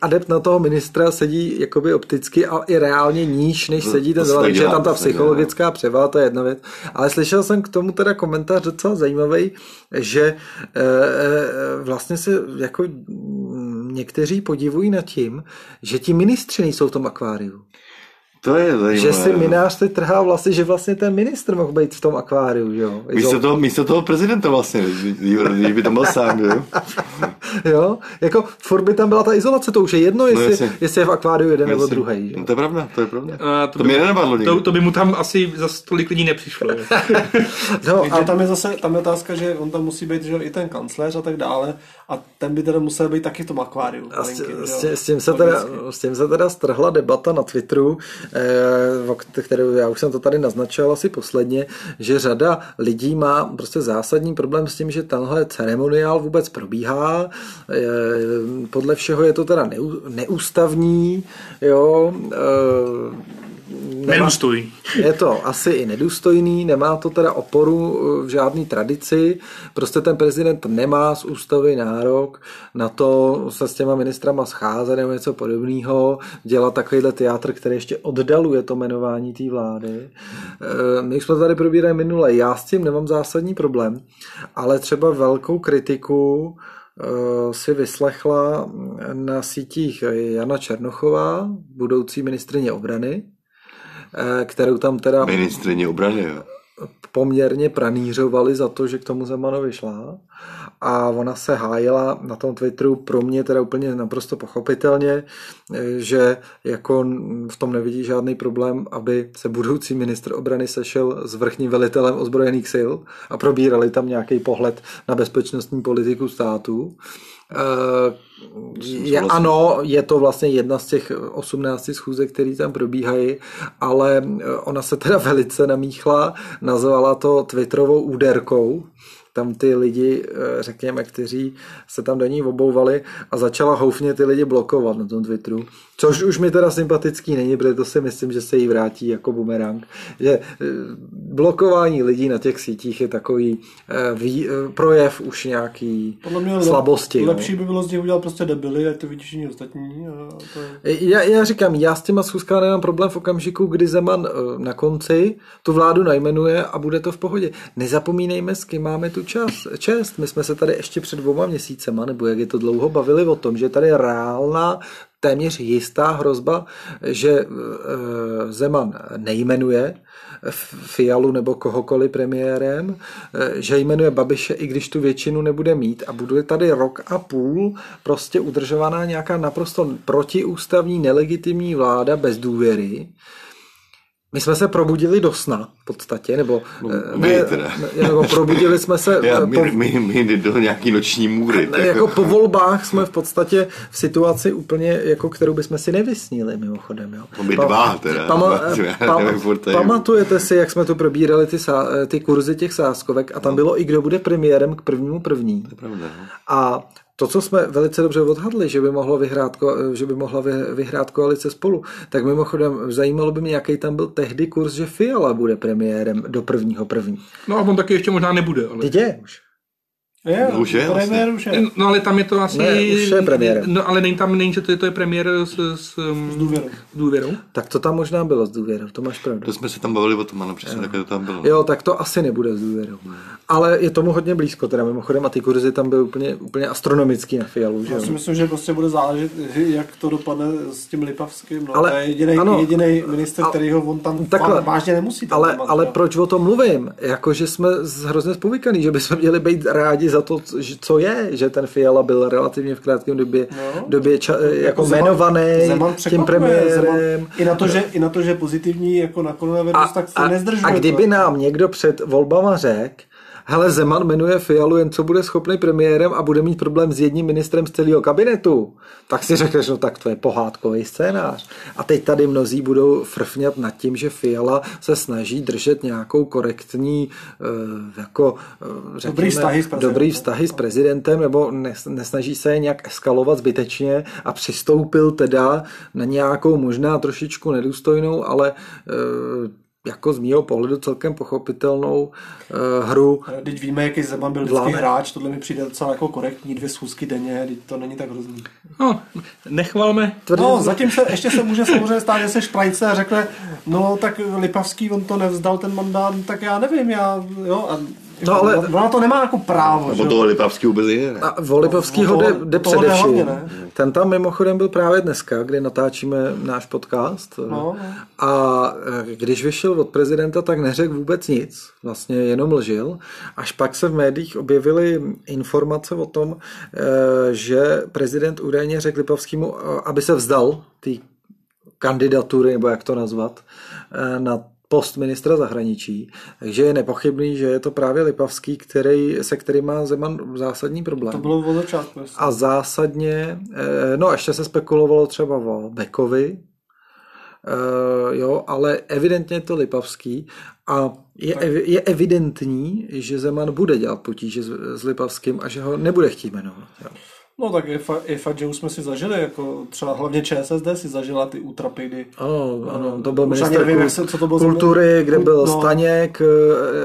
S1: adept na toho ministra sedí jakoby opticky a i reálně níž, než sedí ten
S3: No, to se
S1: zelený,
S3: tak
S1: že je
S3: dělá,
S1: tam ta
S3: to se tak dělá.
S1: psychologická politická převaha, to je jedna věc. Ale slyšel jsem k tomu teda komentář docela zajímavý, že eh, eh, vlastně se jako mm, někteří podivují nad tím, že ti ministři nejsou v tom akváriu.
S3: To je zajímavé.
S1: Že si
S3: no.
S1: minář teď trhá vlasy, že vlastně ten ministr mohl být v tom akváriu, že jo?
S3: Místo toho, místo toho prezidenta vlastně, když by tam byl sám, že jo?
S1: jo? Jako furt by tam byla ta izolace, to už je jedno, jestli,
S3: jasně.
S1: jestli je v akváriu jeden nebo druhý.
S3: No, to je pravda, to je pravda.
S2: A
S3: to, mě nenapadlo nikdy.
S2: Eh, to, to, by mu tam asi za tolik lidí nepřišlo. jo.
S1: No,
S4: Takže tam je zase tam je otázka, že on tam musí být že jo, i ten kancléř a tak dále a ten by teda musel být taky v tom akváriu.
S1: A s,
S4: malinky,
S1: s,
S4: že jo.
S1: s, tím se teda,
S4: Logicky.
S1: s tím se teda strhla debata na Twitteru, eh, o k- kterou já už jsem to tady naznačoval asi posledně, že řada lidí má prostě zásadní problém s tím, že tenhle ceremoniál vůbec probíhá. Eh, podle všeho je to teda neu, neústavní, jo. Eh, nemá-
S2: Neústoj.
S1: je to asi i nedůstojný, nemá to teda oporu eh, v žádné tradici, prostě ten prezident nemá z ústavy nárok na to se s těma ministrama scházet nebo něco podobného, dělat takovýhle teátr, který ještě oddaluje to jmenování té vlády. Eh, My už jsme to tady probírali minule, já s tím nemám zásadní problém, ale třeba velkou kritiku eh, si vyslechla na sítích Jana Černochová, budoucí ministrině obrany, eh, kterou tam teda
S3: Ministrině obrany, jo.
S1: poměrně pranířovali za to, že k tomu Zemanovi šla. A ona se hájila na tom Twitteru pro mě teda úplně naprosto pochopitelně, eh, že jako n- v tom nevidí žádný problém, aby se budoucí ministr obrany sešel s vrchním velitelem ozbrojených sil a probírali tam nějaký pohled na bezpečnostní politiku státu. Eh, Je,
S3: souhlasil.
S1: ano, je to vlastně jedna z těch 18 schůzek, které tam probíhají, ale eh, ona se teda velice namíchla, nazvala to Twitterovou úderkou tam ty lidi, eh, řekněme, kteří se tam do ní obouvali a začala houfně ty lidi blokovat na tom Twitteru. Což už mi teda sympatický není, protože to si myslím, že se jí vrátí jako bumerang. Že eh, blokování lidí na těch sítích je takový eh, vý, projev už nějaký Podle mě slabosti.
S4: Lepší no. by bylo z nich udělat prostě debily, ať to vidí všichni ostatní. A to...
S1: já, já říkám, já s těma schůzkama nemám problém v okamžiku, kdy Zeman eh, na konci tu vládu najmenuje a bude to v pohodě. Nezapomínejme, s kým máme tu čas, čest. My jsme se tady ještě před dvouma měsícema, nebo jak je to dlouho, bavili o tom, že tady je reálná téměř jistá hrozba, že eh, Zeman nejmenuje Fialu nebo kohokoliv premiérem, eh, že jmenuje Babiše, i když tu většinu nebude mít a bude tady rok a půl prostě udržovaná nějaká naprosto protiústavní, nelegitimní vláda bez důvěry, my jsme se probudili do sna v podstatě, nebo,
S3: no, my ne, teda.
S1: Ne, nebo probudili jsme se...
S3: Já, my, po, my, my do nějaký noční můry.
S1: Ne, jako po volbách jsme v podstatě v situaci úplně, jako kterou bychom si nevysnili mimochodem. Jo.
S3: No my pa, dva teda.
S1: Pama, pa, pamatujete si, jak jsme tu probírali ty, sá, ty kurzy těch sáskovek a tam no. bylo i kdo bude premiérem k prvnímu první.
S3: To je pravda. No.
S1: A to, co jsme velice dobře odhadli, že by, mohlo vyhrát, že by mohla vyhrát koalice spolu, tak mimochodem zajímalo by mě, jaký tam byl tehdy kurz, že Fiala bude premiérem do prvního první.
S2: No a on taky ještě možná nebude. Ale...
S1: Teď je už.
S4: Je, no, už je, premiér vlastně. už je.
S2: No ale tam je to asi...
S1: Ne, už je premiér.
S2: No ale není tam, není, že to je, to je premiér s, s,
S4: s, důvěrou.
S2: s důvěrou.
S1: Tak to tam možná bylo s důvěrou, to máš pravdu.
S3: To jsme se tam bavili o tom, ano, přesně tak to tam bylo.
S1: Jo, tak to asi nebude s důvěrou. Ale je tomu hodně blízko, teda mimochodem, a ty kurzy tam byly úplně, úplně astronomický na Fialu, že
S4: Já si myslím, že prostě bude záležet, jak to dopadne s tím Lipavským, no. ale, to je jediný minister, a, který ho on tam takhle, fakt, vážně nemusí. no. Tam
S1: No, ale, ale proč o tom mluvím? Jakože jsme hrozně spovykaný, že bychom měli být rádi za to, co je, že ten Fiala byl relativně v krátké době, no. době ča, jako Zeman, jmenovaný Zeman tím premiérem. Zeman.
S4: I, na to, že, I na to, že pozitivní jako na koronavirus, a, tak se
S1: a,
S4: nezdržuje.
S1: A kdyby to. nám někdo před volbama řekl, hele, Zeman jmenuje Fialu jen co bude schopný premiérem a bude mít problém s jedním ministrem z celého kabinetu, tak si řekneš, no tak to je pohádkový scénář. A teď tady mnozí budou frfňat nad tím, že Fiala se snaží držet nějakou korektní, jako řekněme,
S4: dobrý, vztahy s
S1: prezidentem. dobrý vztahy s prezidentem, nebo nesnaží se je nějak eskalovat zbytečně a přistoupil teda na nějakou možná trošičku nedůstojnou, ale eh, jako z mého pohledu celkem pochopitelnou uh, hru.
S4: Eh, Teď víme, jaký Zeman byl vždycky hráč, tohle mi přijde docela jako korektní, dvě schůzky denně, teď to není tak hrozný.
S2: No, nechvalme.
S4: Tvrdě. No, zatím se, ještě se může samozřejmě stát, že se šprajce a řekne, no tak Lipavský, on to nevzdal ten mandát, tak já nevím, já, jo, a No, ale... Ona to nemá jako právo.
S3: Nebo toho Lipavský vůbec je.
S1: Ne? A o Lipavskýho no, jde, jde především. Hlavně, ne? Ten tam mimochodem byl právě dneska, kdy natáčíme náš podcast. No. A eh, když vyšel od prezidenta, tak neřekl vůbec nic. Vlastně jenom lžil. Až pak se v médiích objevily informace o tom, eh, že prezident údajně řekl Lipavskému, aby se vzdal té kandidatury, nebo jak to nazvat, eh, na post ministra zahraničí, takže je nepochybný, že je to právě Lipavský, který, se kterým má Zeman zásadní problém.
S4: To bylo od začátku. Jestli.
S1: A zásadně, no ještě se spekulovalo třeba o Bekovi, eh, jo, ale evidentně je to Lipavský a je, ev, je evidentní, že Zeman bude dělat potíže s, s Lipavským a že ho nebude chtít jmenovat. Jo.
S4: No tak je, fa- je fakt, že už jsme si zažili, jako třeba hlavně ČSSD si zažila ty útrapy, kdy...
S1: Ano, ano, to byl minister nevím, kult, se, co to bylo kultury, zmi... kde byl no. Staněk,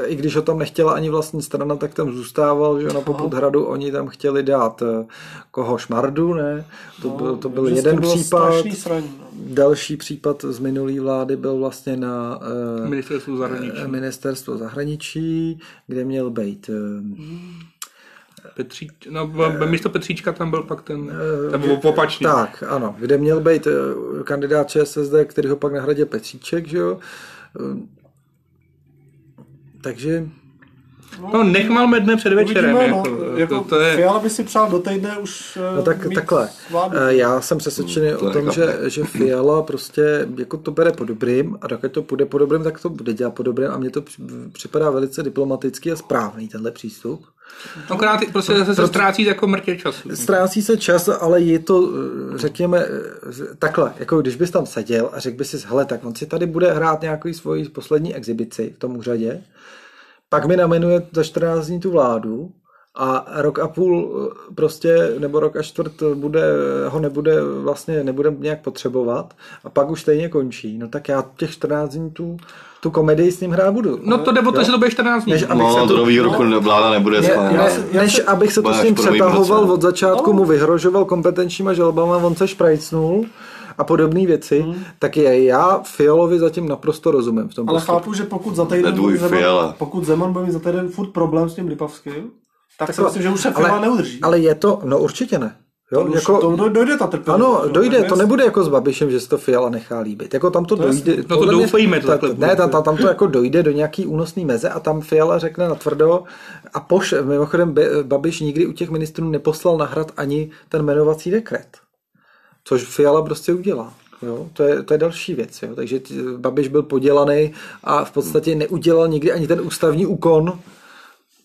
S1: eh, i když ho tam nechtěla ani vlastní strana, tak tam zůstával, že na poput hradu oni tam chtěli dát eh, koho šmardu, ne? To no, byl, to byl jeden to bylo případ.
S4: Sraní, no.
S1: Další případ z minulý vlády byl vlastně na
S2: eh, ministerstvu zahraničí, eh,
S1: ministerstvo zahraničí kde měl být... Eh, hmm.
S2: Petříč, no, místo Petříčka tam byl pak ten, ten byl opačný.
S1: Eh, Tak, ano, kde měl být eh, kandidát ČSSD, který ho pak nahradil Petříček, že jo. Eh, Takže
S2: No, nech malme dne před večerem. Uvidíme, jako,
S4: no, jako, to, to je... Fiala by si přál do týdne už eh,
S1: no, tak, takhle. Eh, Vládu. Já jsem přesvědčený hmm, to o tom, že, že Fiala prostě jako to bere po dobrým a dokud to půjde po dobrým, tak to bude dělat po dobrým a mně to připadá velice diplomatický a správný tenhle přístup.
S2: Akorát prostě se, se Proto... ztrácí jako mrtě času.
S1: Ztrácí se čas, ale je to, eh, řekněme, takhle, jako když bys tam seděl a řekl bys si, hele, tak on si tady bude hrát nějaký svoji poslední exibici v tom úřadě, Pak mi namenuje za 14 dní tu vládu a rok a půl prostě, nebo rok a čtvrt eh, bude, ho nebude vlastně, nebude nějak potřebovat a pak už stejně končí. No tak já těch 14 dní tu, tu komedii s ním hrát budu.
S2: No to nebo to, že to bude 14 dní.
S3: Než abych no, se to, nový roku no, vláda nebude
S1: ne, ne, Než abych se to s ním přetahoval od začátku,
S4: Oh.
S1: mu vyhrožoval kompetenčníma žalobama, on se šprajcnul a podobné věci, hmm. tak je já Fialovi zatím naprosto rozumím. V tom
S4: Ale postupu. chápu, že pokud za týden, bude Zeman, pokud Zeman bude mít za týden furt problém s tím Lipavským, tak, tak si myslím, že už se firma
S1: ale,
S4: neudrží.
S1: Ale je to, no určitě ne. Jo,
S4: to, jako, to dojde ta trpělivost.
S1: Ano, dojde, to nebude jako s Babišem, že se to Fiala nechá líbit. Jako tam to, to dojde. Je,
S2: no to doufejme.
S1: Ta, ne, ta, ta, tam to jako dojde do nějaký únosný meze a tam Fiala řekne na tvrdo a poš, mimochodem Babiš nikdy u těch ministrů neposlal na hrad ani ten jmenovací dekret. Což Fiala prostě udělá. Jo, to, je, to je další věc. Jo. Takže Babiš byl podělaný a v podstatě neudělal nikdy ani ten ústavní úkon,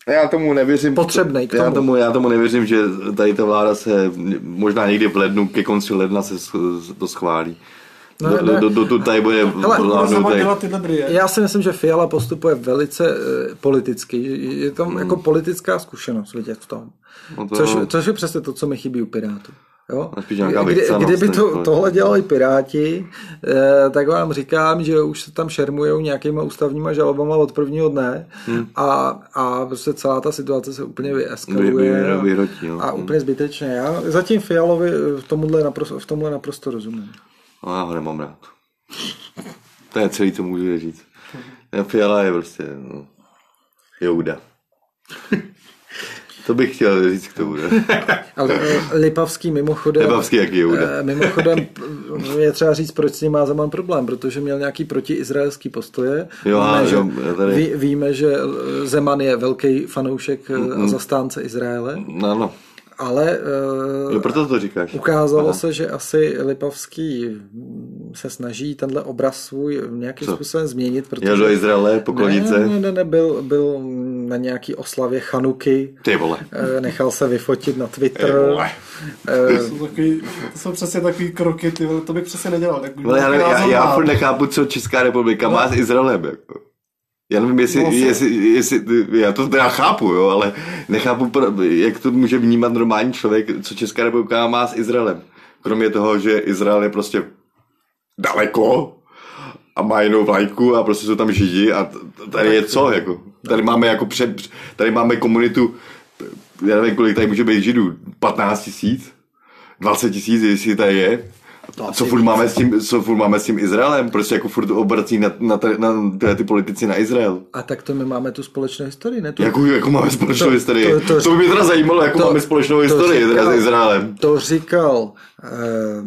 S3: já tomu nevěřím.
S1: Potřebnej k
S3: tomu. Já tomu, já tomu nevěřím, že tady ta vláda se možná někdy v lednu, ke konci ledna se to schválí. No, do, do, do, do, tady bude
S4: Hele, tady.
S1: Já si myslím, že Fiala postupuje velice e, politicky. Je tam mm. jako politická zkušenost vidět v tom. No to... což, což je přesně to, co mi chybí u Pirátů. Jo? Kdy, kdyby to, tohle dělali Piráti, eh, tak vám říkám, že už se tam šermujou nějakýma ústavníma žalobama od prvního dne hmm. a, a prostě celá ta situace se úplně vyeskaluje
S3: vy, vy, vyrotí,
S1: a, a úplně zbytečně. Já zatím Fialovi v tomhle naprosto, v tomhle naprosto rozumím.
S3: No, já ho nemám rád. To je celý, co můžu říct. Fiala je prostě no, jouda. To bych chtěl říct k tomu. Ne?
S1: Ale Lipavský mimochodem... Eh,
S3: Lipavský jak je ude.
S1: Mimochodem je třeba říct, proč s ním má Zeman problém, protože měl nějaký protiizraelský postoje.
S3: Jo,
S1: víme,
S3: jo,
S1: že, tady... ví, víme, že eh, Zeman je velký fanoušek mm-hmm. a zastánce Izraele.
S3: No, no.
S1: Ale eh,
S3: jo, proto to říkáš.
S1: ukázalo Aha. se, že asi Lipavský hm, se snaží tenhle obraz svůj nějakým Co? způsobem změnit. Protože...
S3: Jel do Izraele, poklonit
S1: se? Ne, ne, ne, ne byl, byl na nějaký oslavě Chanuky. eh,
S3: Ty vole.
S1: Nechal se vyfotit na Twitter.
S4: E, to, jsou takový, to jsou přesně takový kroky, ty vole, to bych přesně nedělal. Tak
S3: vole, já, nevím, já, já furt nechápu, co Česká republika no. má s Izraelem. Jako. Já nevím, jestli, no, jestli, jestli, já to teda chápu, jo, ale nechápu, jak to může vnímat normální člověk, co Česká republika má s Izraelem. Kromě toho, že Izrael je prostě daleko a má jinou vlajku a prostě jsou tam židi a tady je co, jako. Tady máme jako před, tady máme komunitu, já nevím, kolik tady může být židů, 15 tisíc, 20 tisíc, jestli tady je. A co furt máme s tím, co furt máme s tím Izraelem? Prostě jako furt obrací na, na, na, na ty politici na Izrael.
S1: A tak to my máme tu společnou historii, ne? Tu...
S3: Jakou, jakou máme společnou to, historii? To, to, to, to by mě teda zajímalo, jakou to, máme společnou to historii říkal, teda s Izraelem.
S1: To říkal...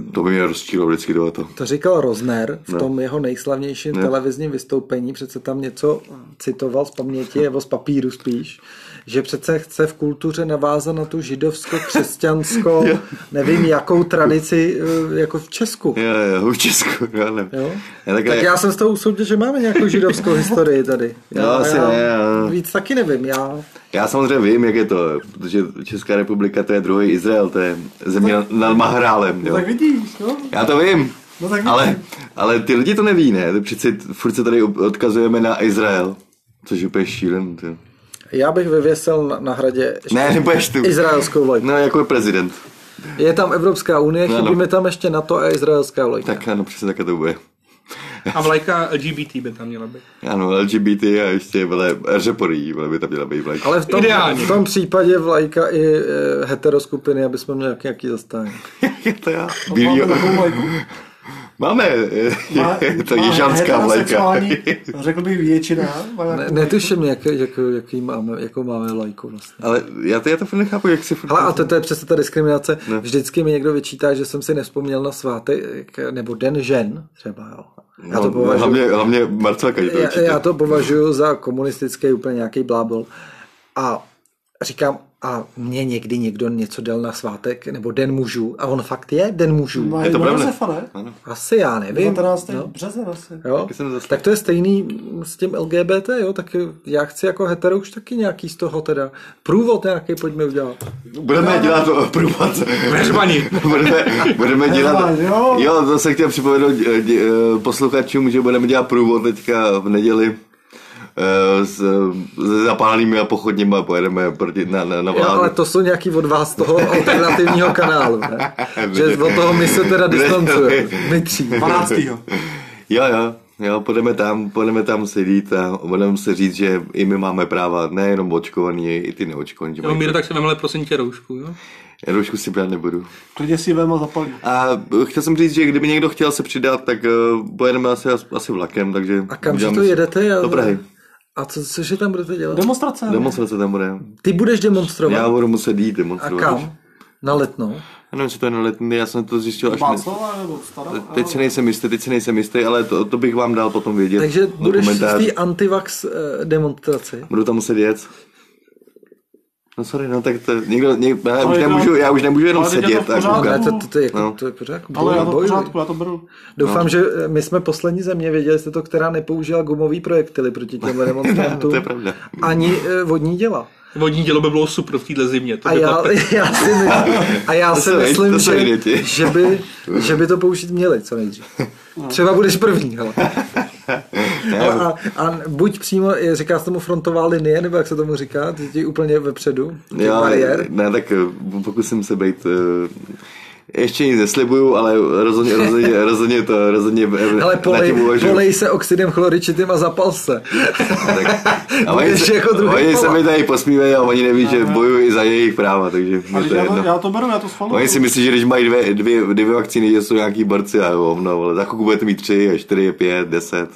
S1: Uh,
S3: to by mě rozčílo vždycky tohleto.
S1: To říkal Rozner
S3: No.
S1: v ne. tom jeho nejslavnějším ne. televizním vystoupení. Přece tam něco citoval z paměti nebo z papíru spíš že přece chce v kultuře navázat na tu židovsko-křesťansko, nevím jakou tradici, jako v Česku.
S3: Jo, jo, v Česku, já nevím.
S1: Jo? Já tak, tak jak... já jsem z toho usoudil, že máme nějakou židovskou historii tady.
S3: Jo, já, No, asi
S1: já,
S3: ne, já...
S1: Víc taky nevím, já...
S3: Já samozřejmě vím, jak je to, protože Česká republika to je druhý Izrael, to je země No tak, no nad Mahrálem. Jo.
S4: Tak vidíš, jo?
S3: Já to vím.
S4: No tak
S3: ale, nevím. ale ty lidi to neví, ne? Přeci furt se tady odkazujeme na Izrael, což je úplně šílený.
S1: Já bych vyvěsil na hradě
S3: ne, nebudeš tu.
S1: izraelskou vlajku.
S3: No, jako je prezident.
S1: Je tam Evropská unie, no, chybí mi tam ještě NATO a izraelská vlajka.
S3: Tak ano, přesně také to bude.
S2: A vlajka LGBT by tam měla být.
S3: Ano, LGBT a ještě vele, řeporý by tam měla být vlajka.
S1: Ale v tom, Ideálně. v tom případě vlajka i e, heteroskupiny, aby jsme měli nějaký, nějaký zastání.
S3: je to já. Bílý. Máme, má, je to má jižanská vlajka.
S4: Řekl bych většina.
S1: Ne, netuším, jak, jak, jaký máme, jakou máme lajku vlastně.
S3: Ale já to, já to nechápu, jak si...
S1: Ale a to, to je přesně ta diskriminace. Ne. Vždycky mi někdo vyčítá, že jsem si nevzpomněl na svátek nebo den žen třeba, jo.
S3: Já to no, považuji, hlavně, hlavně Marcelka to
S1: já, já to považuji za komunistický úplně nějaký blábol. A říkám, a mě někdy někdo něco dal na svátek, nebo Den mužů, a on fakt je Den mužů.
S4: Má je to pravda. Josefa, ne?
S1: Asi já nevím.
S4: 19. No. březen asi.
S1: Jo? Tak to je stejný s tím LGBT, jo, tak já chci jako hetero už taky nějaký z toho teda. Průvod nějaký pojďme udělat.
S3: Budeme dělat to, průvod.
S2: Veřbaní.
S3: budeme, budeme dělat, jo. jo, eh, to se chtěl připomenout posluchačům, že budeme dělat průvod teďka v neděli eh, s, s zapálenými a pochodněmi pojedeme proti, na, na, na
S1: vládu. Jo, ale to jsou nějaký od vás z toho alternativního kanálu, ne? Že od toho my se teda distancujeme. My tří.
S4: 12. jo,
S3: jo. Jo, půjdeme tam, půjdeme tam sedět a budeme se říct, že i my máme práva, nejenom očkovaní, i ty neočkovaní.
S2: Jo, Míro, tak se vemele prosím tě roušku, jo?
S3: Já roušku si brát nebudu.
S4: Klidně si vem a zapalím.
S3: A eh, chtěl jsem říct, že kdyby někdo chtěl se přidat, tak uh, pojedeme asi, asi vlakem, takže...
S1: A kam to jedete? Já...
S3: Do Prahy.
S1: A co, cože tam budete dělat?
S4: Demonstrace.
S3: Demonstrace tam bude.
S1: Ty budeš demonstrovat?
S3: Já budu muset jít demonstrovat.
S1: A kam? Na letnou?
S3: Já nevím, co to je na letný, já jsem to zjistil až Václava, nebo stará,
S4: Eh,
S3: Teď si nejsem jistý, teď si nejsem jistý, ale to, to bych vám dal potom vědět.
S1: Takže budeš z té antivax eh, demonstraci.
S3: Budu tam muset jet. No sorry, no tak to někdo, někdo
S1: No,
S3: já, už nemůžu, já už nemůžu jenom sedět
S1: a koukat. no, To, to, to, je, jako, no. to je pořád jako
S4: Ale já to pořádku, já to beru.
S1: Doufám, no. že my jsme poslední země, věděli jste to, která nepoužila gumový projektily proti těmhle demonstrantům.
S3: to je pravda.
S1: Ani eh, vodní děla.
S2: Vodní dělo by bylo super v téhle zimě.
S1: To a, já, to... já si myslím, a já si myslím, že, že, by, že by to použít měli co nejdřív. Třeba budeš první, hele. No, a, a buď přímo, eh, říká se tomu frontová linie, nebo jak se tomu říká, ty ti úplně vepředu, ty
S3: jo, bariér. Ne, tak eh, pokusím se být... eh, Ještě nic neslibuju, ale rozhodně, rozhodně, rozhodně to, rozhodně
S1: Ale polej, polej se oxidem chloričitým a zapal se. tak, a oni se, jako druhý No,
S3: oni se mi tady posmívají a oni neví, že bojuji i za jejich práva, takže
S4: ale to já, jedno. já to beru, já to schvaluju.
S3: No, Oni si myslí, že když mají dvě, dvě, dvě vakcíny, že jsou nějaký borci a hovno, ale za chvilku budete mít tři, čtyři, pět, deset.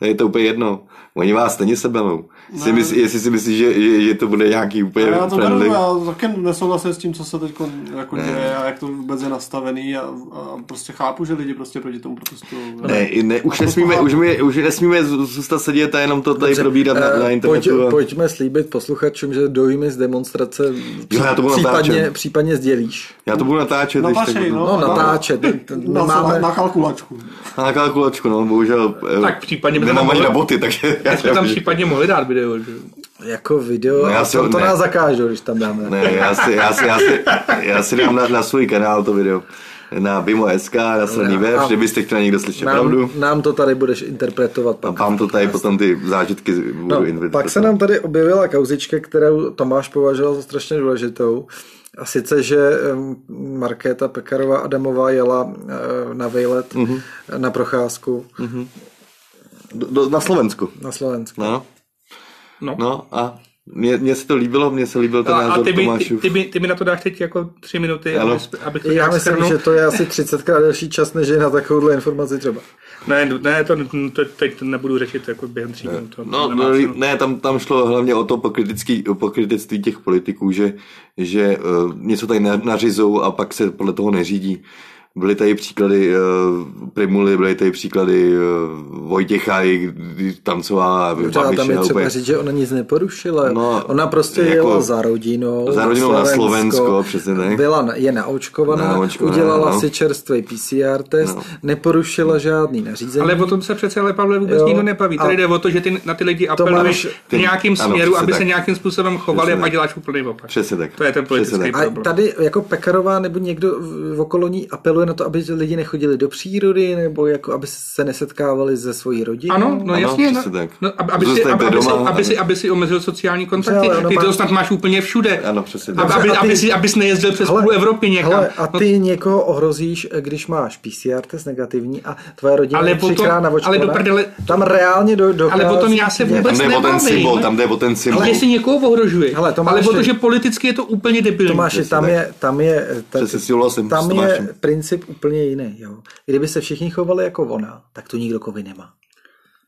S3: Je to úplně jedno. Oni vás stejně sebelou. Jestli, mysl, jestli si myslíš, že, že, že to bude nějaký úplně
S4: No. Já to beru, já taky nesouhlasím s tím, co se teď jako ne. děje a jak to vůbec je nastavený a, a prostě chápu, že lidi prostě proti tomu protestují.
S3: Ne, ne, už, a nesmíme, už, my, už nesmíme zůstat sedět a jenom to tady Dobře, probírat na, na internetu.
S1: eh, Pojď, a... Pojďme slíbit posluchačům, že dojmy z demonstrace jo, já to budu případně, natáčet. případně sdělíš.
S3: Já to budu natáčet.
S4: Natáčej, ještě,
S1: no, no, natáčet.
S4: Na, máme... na kalkulačku.
S3: Na kalkulačku, no, bohužel.
S2: Tak případně
S3: nemám ani na boty, takže...
S2: Já jsme tam případně mohli dát video, že?
S1: Jako video, no já si, to, to nás zakážou, když tam dáme.
S3: Ne, já si, já si, já si, já si dám na, na svůj kanál to video. Na Bimo.sk, na straní web, že byste chtěli někdo slyšet
S1: nám,
S3: pravdu.
S1: Nám to tady budeš interpretovat.
S3: Pak. A vám to tady potom ty zážitky budu no, interpretovat.
S1: Pak se nám tady objevila kauzička, kterou Tomáš považoval za strašně důležitou. A sice, že Markéta Pekarová Adamová jela na výlet, mm-hmm. na procházku. Mm-hmm.
S3: Do, do, na Slovensku.
S1: Na Slovensku.
S3: No. No, no a mně, mně se to líbilo, mně se líbil ten a, názor
S2: No, a ty mi,
S3: Tomášův.
S2: Ty, ty, mi, ty mi na to dáš teď jako tři minuty, ano. abych to
S1: Já myslím, skrnul. že to je asi 30 krát delší čas, než je na takovouhle informaci třeba.
S2: Ne, ne to, to teď nebudu řešit jako během tří minut.
S3: No, no, ne, tam, tam šlo hlavně o to pokrytický, o pokrytectví těch politiků, že, že uh, něco tady nařizou a pak se podle toho neřídí byly tady příklady uh, Primuly, byly tady příklady uh, Vojtěcha, tancová,
S1: Babiše. tam je třeba úplně... říct, že ona nic neporušila. No, ona prostě jako jela za rodinou.
S3: Za rodinou na Slovensko, na Slovensko přesně tak.
S1: Byla, na, je naočkovaná, naočkovaná udělala no. si čerstvý PCR test, no. neporušila žádný nařízení.
S2: Ale o tom se přece, ale Pavle, vůbec jo, nikdo nebaví. Tady a... jde o to, že ty na ty lidi apeluješ v nějakým ano, směru, aby tak. se nějakým způsobem chovali a pak děláš úplný opak.
S3: Přesně tak.
S2: To je ten politický
S1: problém. A tady jako Pekarová nebo někdo v okolí ní apeluje apeluje na to, aby lidi nechodili do přírody, nebo jako aby se nesetkávali se svojí rodinou.
S2: Ano, no ano, jasně. No, tak. No, aby, si, aby, doma, si, aby, si, aby si omezil sociální kontakty. Přesně, no ty má... to snad máš úplně všude.
S3: Ano, přesně
S2: tak. Aby, ty, aby, si, abys nejezdil přes hele, půl Evropy někam. Hele,
S1: a ty no, někoho ohrozíš, když máš PCR test negativní a tvoje rodina ale je třikrát na
S2: Ale do prdele,
S1: tam reálně do, do
S2: Ale potom já se vůbec
S3: Tam jde o ten symbol, tam jde o ten symbol. Ale
S2: jestli No, někoho ohrožuje. Hele, ale protože politicky je to úplně debilní.
S1: Tomáši, tam je, tam je, eh,
S3: tam
S1: je princip princip úplně jiný. Jo. Kdyby se všichni chovali jako ona, tak tu nikdo kovy nemá.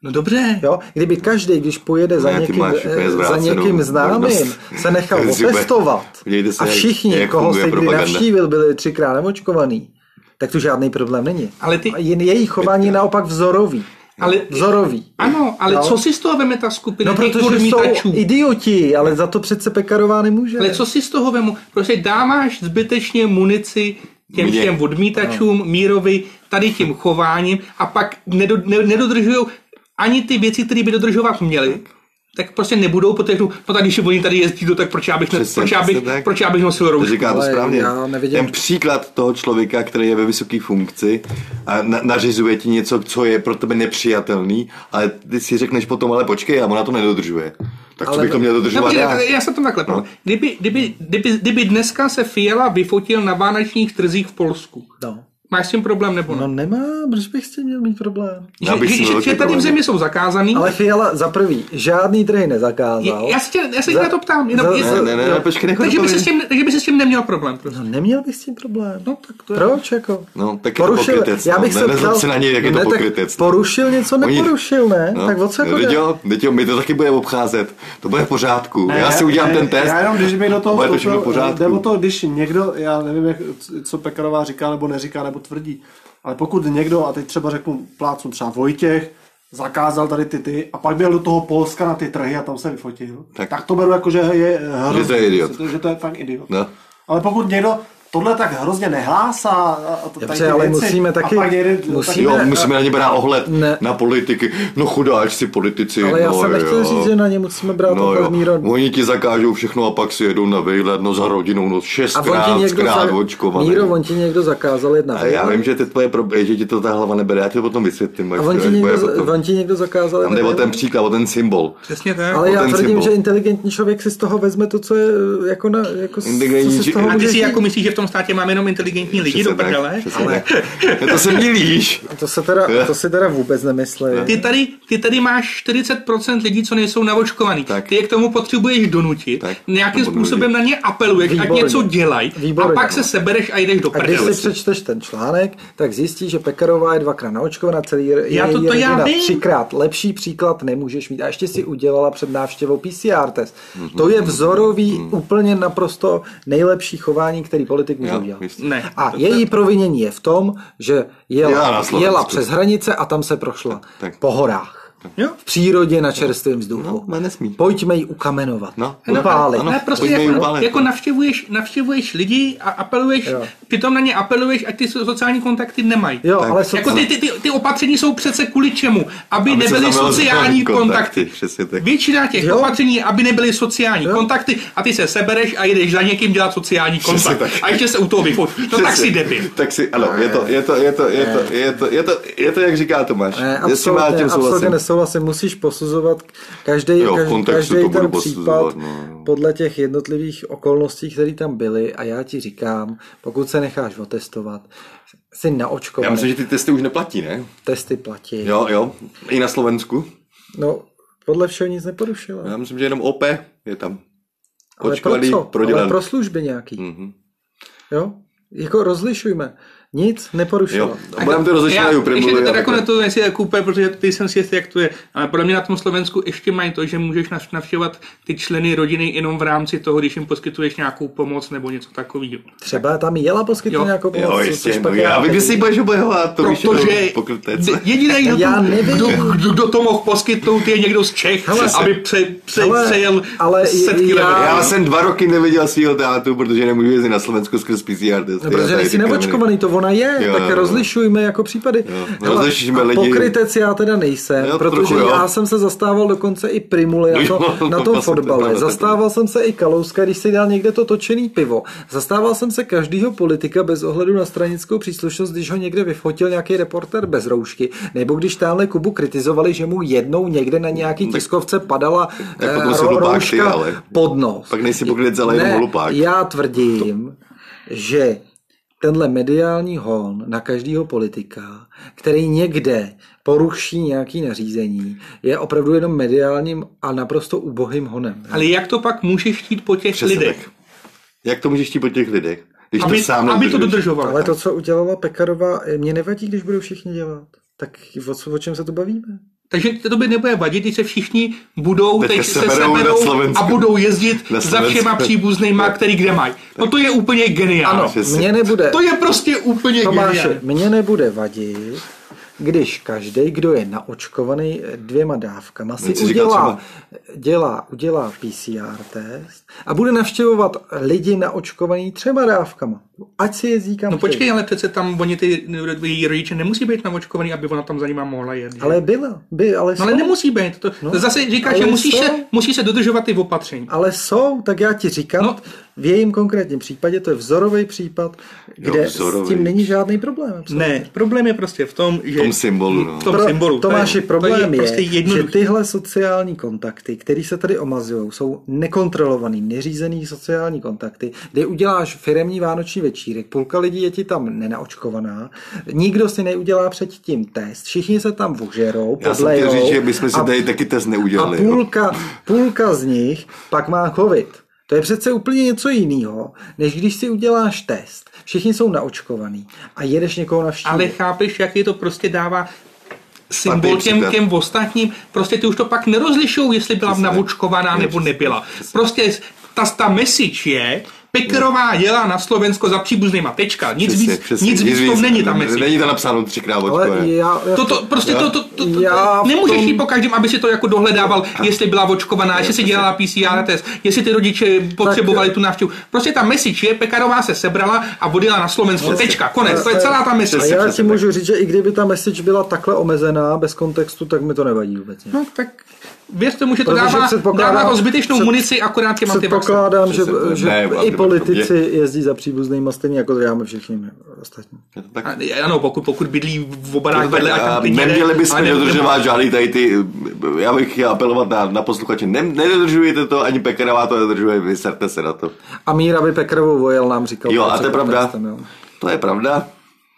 S2: No dobře.
S1: Jo, kdyby každý, když pojede ne, za někým, eh, za někým známým, se nechal otestovat se a všichni, jak koho se kdy navštívil, byli třikrát nemočkovaný, tak tu žádný problém není.
S2: Ale ty...
S1: Jejich chování je naopak vzorový. Ale, vzorový.
S2: Ano, ale no. co si z toho veme ta skupina
S1: no, protože odmítačů? jsou idioti, ale za to přece Pekarová nemůže.
S2: Ale co si z toho vemu? Prostě dáváš zbytečně munici těm Mě. všem odmítačům, no. mírovi, tady tím chováním a pak nedo, ne, nedodržují ani ty věci, které by dodržovat měli. tak prostě nebudou, protože no tak když oni tady jezdí, to, tak proč já bych, ne,
S3: Přesně,
S2: proč já bych,
S3: přesně tak.
S2: proč já bych nosil
S3: To
S2: roušku?
S3: říká to
S1: Ale
S3: správně.
S1: já nevidím-
S3: Ten příklad toho člověka, který je ve vysoké funkci a na, nařizuje ti něco, co je pro tebe nepřijatelný, ale ty si řekneš potom, ale počkej, já mu na to nedodržuje. Tak co
S1: Ale-
S3: bych to měl
S2: No,
S3: dodržovat
S2: počkej,
S3: já?
S2: tak já se tam takhle.
S3: No.
S2: No. Kdyby, kdyby, kdyby, kdyby, dneska se Fiala vyfotil na vánočních trzích v Polsku,
S1: No.
S2: máš s tím problém nebo ne?
S1: no nemá, proč bych s tím měl mít problém?
S3: Já
S2: že,
S3: bych s tím
S2: že, že,
S3: velký
S2: že tady
S3: problém
S2: v zemi
S3: měl.
S2: jsou zakázaný.
S1: Ale Fiala za prvý žádný trhy nezakázal.
S2: Je- já se tě- já se tě
S1: Za-
S2: na to ptám, jenom-
S1: za-
S2: je-
S1: za-
S3: Ne, ne, ne,
S1: jo.
S3: počkej, nech
S2: takže,
S3: to
S2: by se s
S3: dopovím.
S2: tím, takže by se s tím neměl problém. Prostě.
S1: No neměl bych s tím problém.
S2: No, tak to je...
S1: Proč jako?
S3: No, tak je to pokrytec,
S1: já
S3: no.
S1: bych
S3: Ne-
S1: se
S3: nezlob
S1: ptal,
S3: se na něj, jak je to
S1: tak
S3: pokrytec. no.
S1: Porušil něco,
S3: Oni-
S1: neporušil, ne?
S3: No,
S1: tak od se to
S3: no,
S1: jde.
S3: teď jo, teď jo, my to taky budeme obcházet. To bude v pořádku.
S4: Ne,
S3: já si udělám
S4: ne,
S3: ten test.
S4: Já jenom, když mi do toho
S3: bude to všechno v
S4: vstoupil, jde o
S3: pořádku.
S4: to, když někdo, já nevím, jak, co Pekarová říká, nebo neříká, nebo tvrdí, ale pokud někdo, a teď třeba řeknu plácnu třeba Vojtěch, zakázal tady ty ty a pak byl do toho Polska na ty trhy a tam se vyfotil,
S3: Tak.
S4: tak, tak to beru jako, že je hrozný.
S3: Že to je idiot.
S4: Že to je fakt idiot.
S3: No.
S4: Ale pokud někdo tohle tak hrozně nehlásá a a to, tady
S1: Dobře,
S4: ty
S1: ale
S4: věci,
S1: musíme taky-
S4: a pak jeden,
S1: musíme-
S4: tak,
S3: Jo,
S1: Ne,
S3: musíme na ně brát ohled
S1: Ne.
S3: na politiky. No chudáčci politici.
S1: Ale já
S3: no,
S1: jsem nechtěl
S3: jo.
S1: říct, že na ně musíme brát
S3: No
S1: no,
S3: jo,
S1: míro.
S3: oni ti zakážou všechno a pak si jedou na výlet, no za rodinou, no
S1: A on ti
S3: šestkrát,
S1: někdo,
S3: zkrát
S1: za...
S3: očkovaný.
S1: Míro, on ti někdo zakázal jedna.
S3: A já vím, že ty tvoje problémy, že ti to ta hlava nebere, já ti to potom vysvětlím.
S1: a on
S3: až to-
S1: ti,
S3: až bude
S1: někdo, za-
S3: potom.
S1: on ti někdo zakázal
S3: Tam jde o
S1: jeden.
S3: ten příklad, o ten symbol.
S2: Přesně tak.
S1: Ale
S3: o
S1: já
S3: ten
S1: tvrdím,
S3: symbol.
S1: že inteligentní člověk si z toho vezme to, co je jako, na, jako s- co
S3: Inteligentní
S1: si z
S3: člověk-
S1: toho
S2: A ty
S1: může
S2: si
S1: žít.
S2: jako myslíš, že v tom státě máme jenom inteligentní lidi do
S3: Přesně tak,
S2: prdele?
S3: přesně tak. To se milíš.
S1: To se teda, to si teda vůbec nemyslím.
S2: Ty tady, ty tady máš 40% lidí, co nejsou navočkovaný.
S3: Tak.
S2: Ty je k tomu potřebuješ donutit,
S3: Tak.
S2: nějakým
S3: Nebo donutit.
S2: způsobem na ně apeluješ,
S1: Výborně.
S2: ať něco dělají a
S1: Výborně.
S2: pak se sebereš a jdeš do
S1: A když
S2: prdele.
S1: si přečteš ten článek, tak zjistíš, že Pekarová je dvakrát naočkovaná, celý je
S2: Já to-
S1: její
S2: to já
S1: rodina
S2: vím.
S1: třikrát. Lepší příklad nemůžeš mít. A ještě si udělala před návštěvou PCR test.
S3: Mhm.
S1: To je vzorový, úplně naprosto nejlepší chování, který politik může
S3: Jo,
S1: udělat.
S3: jistě.
S2: Ne.
S1: A její provinění je v tom, že
S3: Jela na
S1: jela,
S3: Slovensku.
S1: jela přes hranice a tam se prošla.
S3: tak.
S1: Po horách.
S2: Jo?
S1: V přírodě na čerstvém vzduchu.
S3: No, nesmí.
S1: Pojďme ji ukamenovat.
S3: No,
S1: upálit.
S3: ano,
S2: Ne, prostě
S3: pojďme jim
S2: jako,
S3: balet.
S2: jako navštěvuješ, navštěvuješ lidi a apeluješ,
S1: Jo.
S2: přitom na ně apeluješ, ať ty so- sociální kontakty nemají.
S1: Jo, ale
S2: Jako
S1: soci-
S2: ty, ty, ty, ty opatření jsou přece kvůli čemu? Aby,
S3: Aby se
S2: nebyly
S3: zamezilo
S2: sociální
S3: kontakty,
S2: kontakty.
S3: přesně tak.
S2: Většina těch
S1: Jo.
S2: opatření, aby nebyly sociální kontakty a ty se sebereš a jdeš za někým dělat sociální kontakt.
S3: tak.
S2: A ještě se u toho vyfot. No tak si debil.
S3: Tak si, ano, je to, je to, je to, je to, je to, je to, je to, jak říká Tomáš.
S1: Ne,
S3: Jestli má
S1: absolutně,
S3: tím
S1: absolutně
S3: souhlasím.
S1: nesouhlasím. Musíš posuzovat každý,
S3: Jo, v
S1: každý,
S3: kontextu to
S1: každý
S3: budu
S1: ten
S3: posuzovat,
S1: případ
S3: no.
S1: podle těch jednotlivých okolností, které tam byly. A já ti říkám, pokud se necháš otestovat, jsi
S3: Já
S1: naočkovaný,
S3: myslím, že ty testy už neplatí, ne?
S1: testy platí.
S3: Jo, jo. I na Slovensku.
S1: No, podle všeho nic neporušila.
S3: Já myslím, že jenom OP je tam.
S1: Ale pro
S3: Očkovaný,
S1: co? Ale
S3: prodělaný.
S1: pro služby nějaký.
S3: Mhm.
S1: Jo? Jako rozlišujme. Nic neporušila.
S3: Jo, budeme to rozlišovat i u
S2: ještě
S3: Primulu.
S2: to teda jako na to nejsi tak úplně, protože ty jsem si jistý, jak to je. Ale podle mě na tom Slovensku ještě mají to, že můžeš nav- navštěvovat ty členy rodiny jenom v rámci toho, když jim poskytuješ nějakou pomoc nebo něco takového.
S1: Třeba tam jela poskytnout
S2: Jo.
S1: nějakou pomoc.
S3: Jo,
S1: což
S3: jistě, no,
S1: pak
S3: já vím, že si
S1: nevím.
S3: budeš obhajovat, to víš,
S2: Protože
S3: že pokrytec.
S2: d- jediný, kdo,
S1: Já
S2: to-
S1: nevím.
S2: kdo, kdo, kdo, to mohl poskytnout, je někdo z Čech,
S1: Hele,
S2: aby pře, pře,
S1: hele,
S2: přejel
S1: ale
S2: setky
S1: já-
S2: level.
S3: Já jsem dva roky neviděl svého tátu, protože nemůžu jezdit na Slovensku skrz PCR test.
S1: No, protože nejsi neočkovaný, to ona je,
S3: Jo,
S1: jo, tak
S3: jo, jo.
S1: rozlišujme jako případy.
S3: Jo,
S1: Hele,
S3: rozlišíme
S1: a
S3: lidi.
S1: Pokrytec já teda nejsem,
S3: Jo,
S1: jo, protože
S3: trochu jo.
S1: trochu, já jsem se zastával dokonce i Primuly
S3: No
S1: jako
S3: jo,
S1: na
S3: to
S1: tom
S3: jsem teda
S1: fotbale.
S3: taky.
S1: Zastával jsem se i Kalouska, když si dal někde to točený pivo. Zastával jsem se každého politika bez ohledu na stranickou příslušnost, když ho někde vyfotil nějaký reporter bez roušky, nebo když tamhle Kubu kritizovali, že mu jednou někde na nějaký tiskovce padala
S3: tak
S1: eh,
S3: potom jsi
S1: ro-
S3: hlupák ty,
S1: rouška
S3: ale.
S1: pod nos.
S3: Pak nejsi pokrytec, ale jenom
S1: Ne,
S3: hlupák.
S1: já tvrdím, že tenhle mediální hon na každého politika, který někde poruší nějaký nařízení, je opravdu jenom mediálním a naprosto ubohým honem.
S2: Ale jak to pak můžeš chtít po těch
S3: Přesně tak.
S2: lidech?
S3: Jak to můžeš chtít po těch lidech? Když
S2: Aby,
S3: to
S2: aby
S3: sám
S2: to
S3: nedodržíš?
S2: dodržoval.
S1: Ale to, co udělala Pekarová, mě nevadí, když budou všichni dělat. Tak o, co- o čem se tu bavíme?
S2: Takže to by nebude vadit, když se všichni budou
S3: Teďka
S2: teď
S3: se
S2: se
S3: berou na
S2: seberou
S3: Slovensku.
S2: a budou jezdit
S3: Na
S2: za
S3: Slovensku.
S2: všema příbuznýma, který kde mají. No to je úplně geniální.
S3: Že si-
S1: Mně nebude,
S2: To je prostě úplně
S1: Tomáši,
S2: geniální.
S1: mně nebude vadit, když každý, kdo je naočkovaný dvěma dávkama, si udělá, dělá, udělá PCR test a bude navštěvovat lidi naočkovaný třema dávkama. Ať si jezdí kam
S2: No počkej, chtějí. ale přece tam oni ty její rodiče nemusí být naočkovaný, aby ona tam za nima mohla jet. Že?
S1: Ale byla. By, ale,
S2: no, ale nemusí být. To, no, zase říkáš, že musí se, musí se dodržovat ty opatření.
S1: Ale jsou, tak já ti říkám, no, v jejím konkrétním případě to je vzorový případ,
S2: No,
S1: kde jo, vzorový. s tím není žádný problém.
S2: Absolutně. Ne, problém je prostě v tom, že... V
S3: tom symbolu. No.
S2: V tom Pro, symbolu.
S1: Tomáši, problém to je, je prostě jednoduchý. že tyhle sociální kontakty, které se tady omazují, jsou nekontrolovaný, neřízený sociální kontakty, kde uděláš firemní vánoční večírek, půlka lidí je ti tam nenaočkovaná, nikdo si neudělá předtím test, všichni se tam vožerou, podlejou.
S3: Já jsem říct, že my jsme si tady taky test neudělali.
S1: A půlka, no. půlka z nich pak má covid. To je přece úplně něco jiného, než když si uděláš test. Všichni jsou naočkovaní a jedeš někoho navštívit.
S2: Ale chápeš, jaký to prostě dává symbol těm, těm ostatním, prostě ty už to pak nerozlišují, jestli byla naočkovaná nebo nebyla. Prostě ta, ta message je, Pekerová dělá na Slovensko za příbuznýma, tečka. Nic No. přesně, víc, přesně, nic víc, víc to není tam mezi.
S3: Není tam napsáno třikrát očkované.
S2: Já, já, to, to, prostě já, to, to, to, to já nemůžeš tom... jít po každém, aby si to jako dohledával, já, jestli byla očkovaná, já, jestli si dělala PCR test, jestli ty rodiče potřebovali tak, tu návštěvu. Prostě ta message je, Pekarová se sebrala a odjela na Slovensko, přesně, tečka, konec, to je celá ta message.
S1: já ti můžu říct, že i kdyby ta message byla takhle omezená, bez kontextu, tak mi to nevadí vůbec.
S2: No tak věř tomu, že to dává, dává o zbytečnou před, munici akorát těm
S1: Předpokládám, že, že ne, i politici je. jezdí za příbuznými stejně jako děláme všichni ostatní.
S2: Tak... A, ano, pokud, pokud bydlí v obarách vedle a
S3: tam bydlí, Jako Neměli bychom dodržovat žádný tady ty, já bych chtěl apelovat na, na posluchače, ne, nedodržujete to, ani Pekarová to nedodržuje, vyserte se na to.
S1: A Míra by Pekarovou vojel nám říkal.
S3: Jo, a to je pravda. Testem, jo. To je pravda.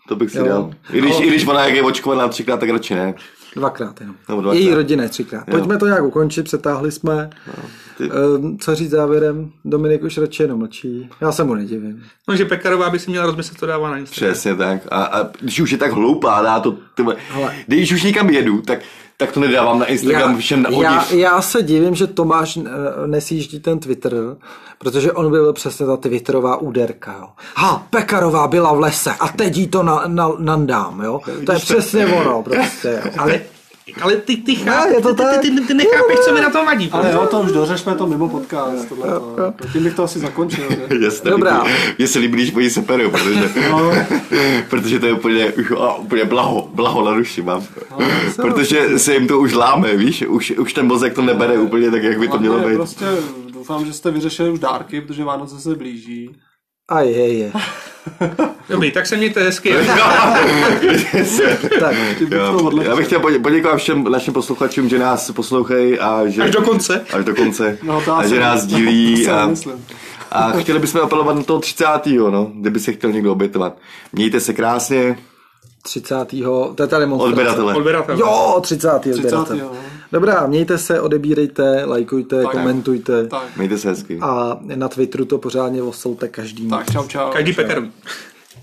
S3: To bych si jo. No. dal. I když, i když ona jak je očkovaná třikrát, tak radši ne.
S1: Dvakrát jenom. Nebo dvakrát. Její rodina je třikrát. Jo. Pojďme to nějak ukončit, přetáhli jsme. No, ty... ehm, co říct závěrem? Dominik už radši jenom mlčí. Já se mu nedivím.
S2: No, že Pekarová by si měla rozmyslet, co dává na
S3: Instagram. Přesně tak. A, a když už je tak hloupá, dá to... Tyhle, když už někam jedu, tak tak to nedávám na Instagram já, všem na odiv.
S1: já, já se divím, že Tomáš eh, nesjíždí ten Twitter, protože on by byl přesně ta Twitterová úderka. Jo. Ha, Pekarová byla v lese a teď jí to na, na, nandám. Jo. To je přesně ono prostě. Jo.
S2: Ale ale ty, ty, chápeš, no, je to ty, ty, ty, ty, ty nechápeš, co mi na tom vadí.
S4: Ale jo, to už dořešme to mimo podcast. Tohle, to. Tím bych to asi zakončil.
S3: Jasně, Dobrá. Mně se líbí, když moji seperu, protože, no. protože to je úplně, už, a, úplně blaho, blaho na duši mám. No, protože se jim to už láme, víš, už, už ten mozek to nebere úplně tak, jak by No, to mělo být.
S4: Prostě doufám, že jste vyřešili už dárky, protože Vánoce se blíží.
S1: A je, je.
S2: Dobrý, tak se mějte hezky.
S3: tak, jo, já bych chtěl poděkovat všem našim posluchačům, že nás poslouchají a že...
S2: Až do konce.
S3: Až do konce. No, a že nás dílí. A, a chtěli bychom apelovat na toho 30. no, kdyby se chtěl někdo obětovat. Mějte se krásně.
S1: 30. To je ta demonstrace.
S3: Odběratele.
S2: Odběratele.
S1: Jo, 30. 30. odběratel. Dobrá, mějte se, odebírejte, lajkujte, no. tak, komentujte.
S3: Tak. Mějte se hezky.
S1: A na Twitteru to pořádně osolte každý.
S4: Tak, čau, čau.
S2: Každý pekarů.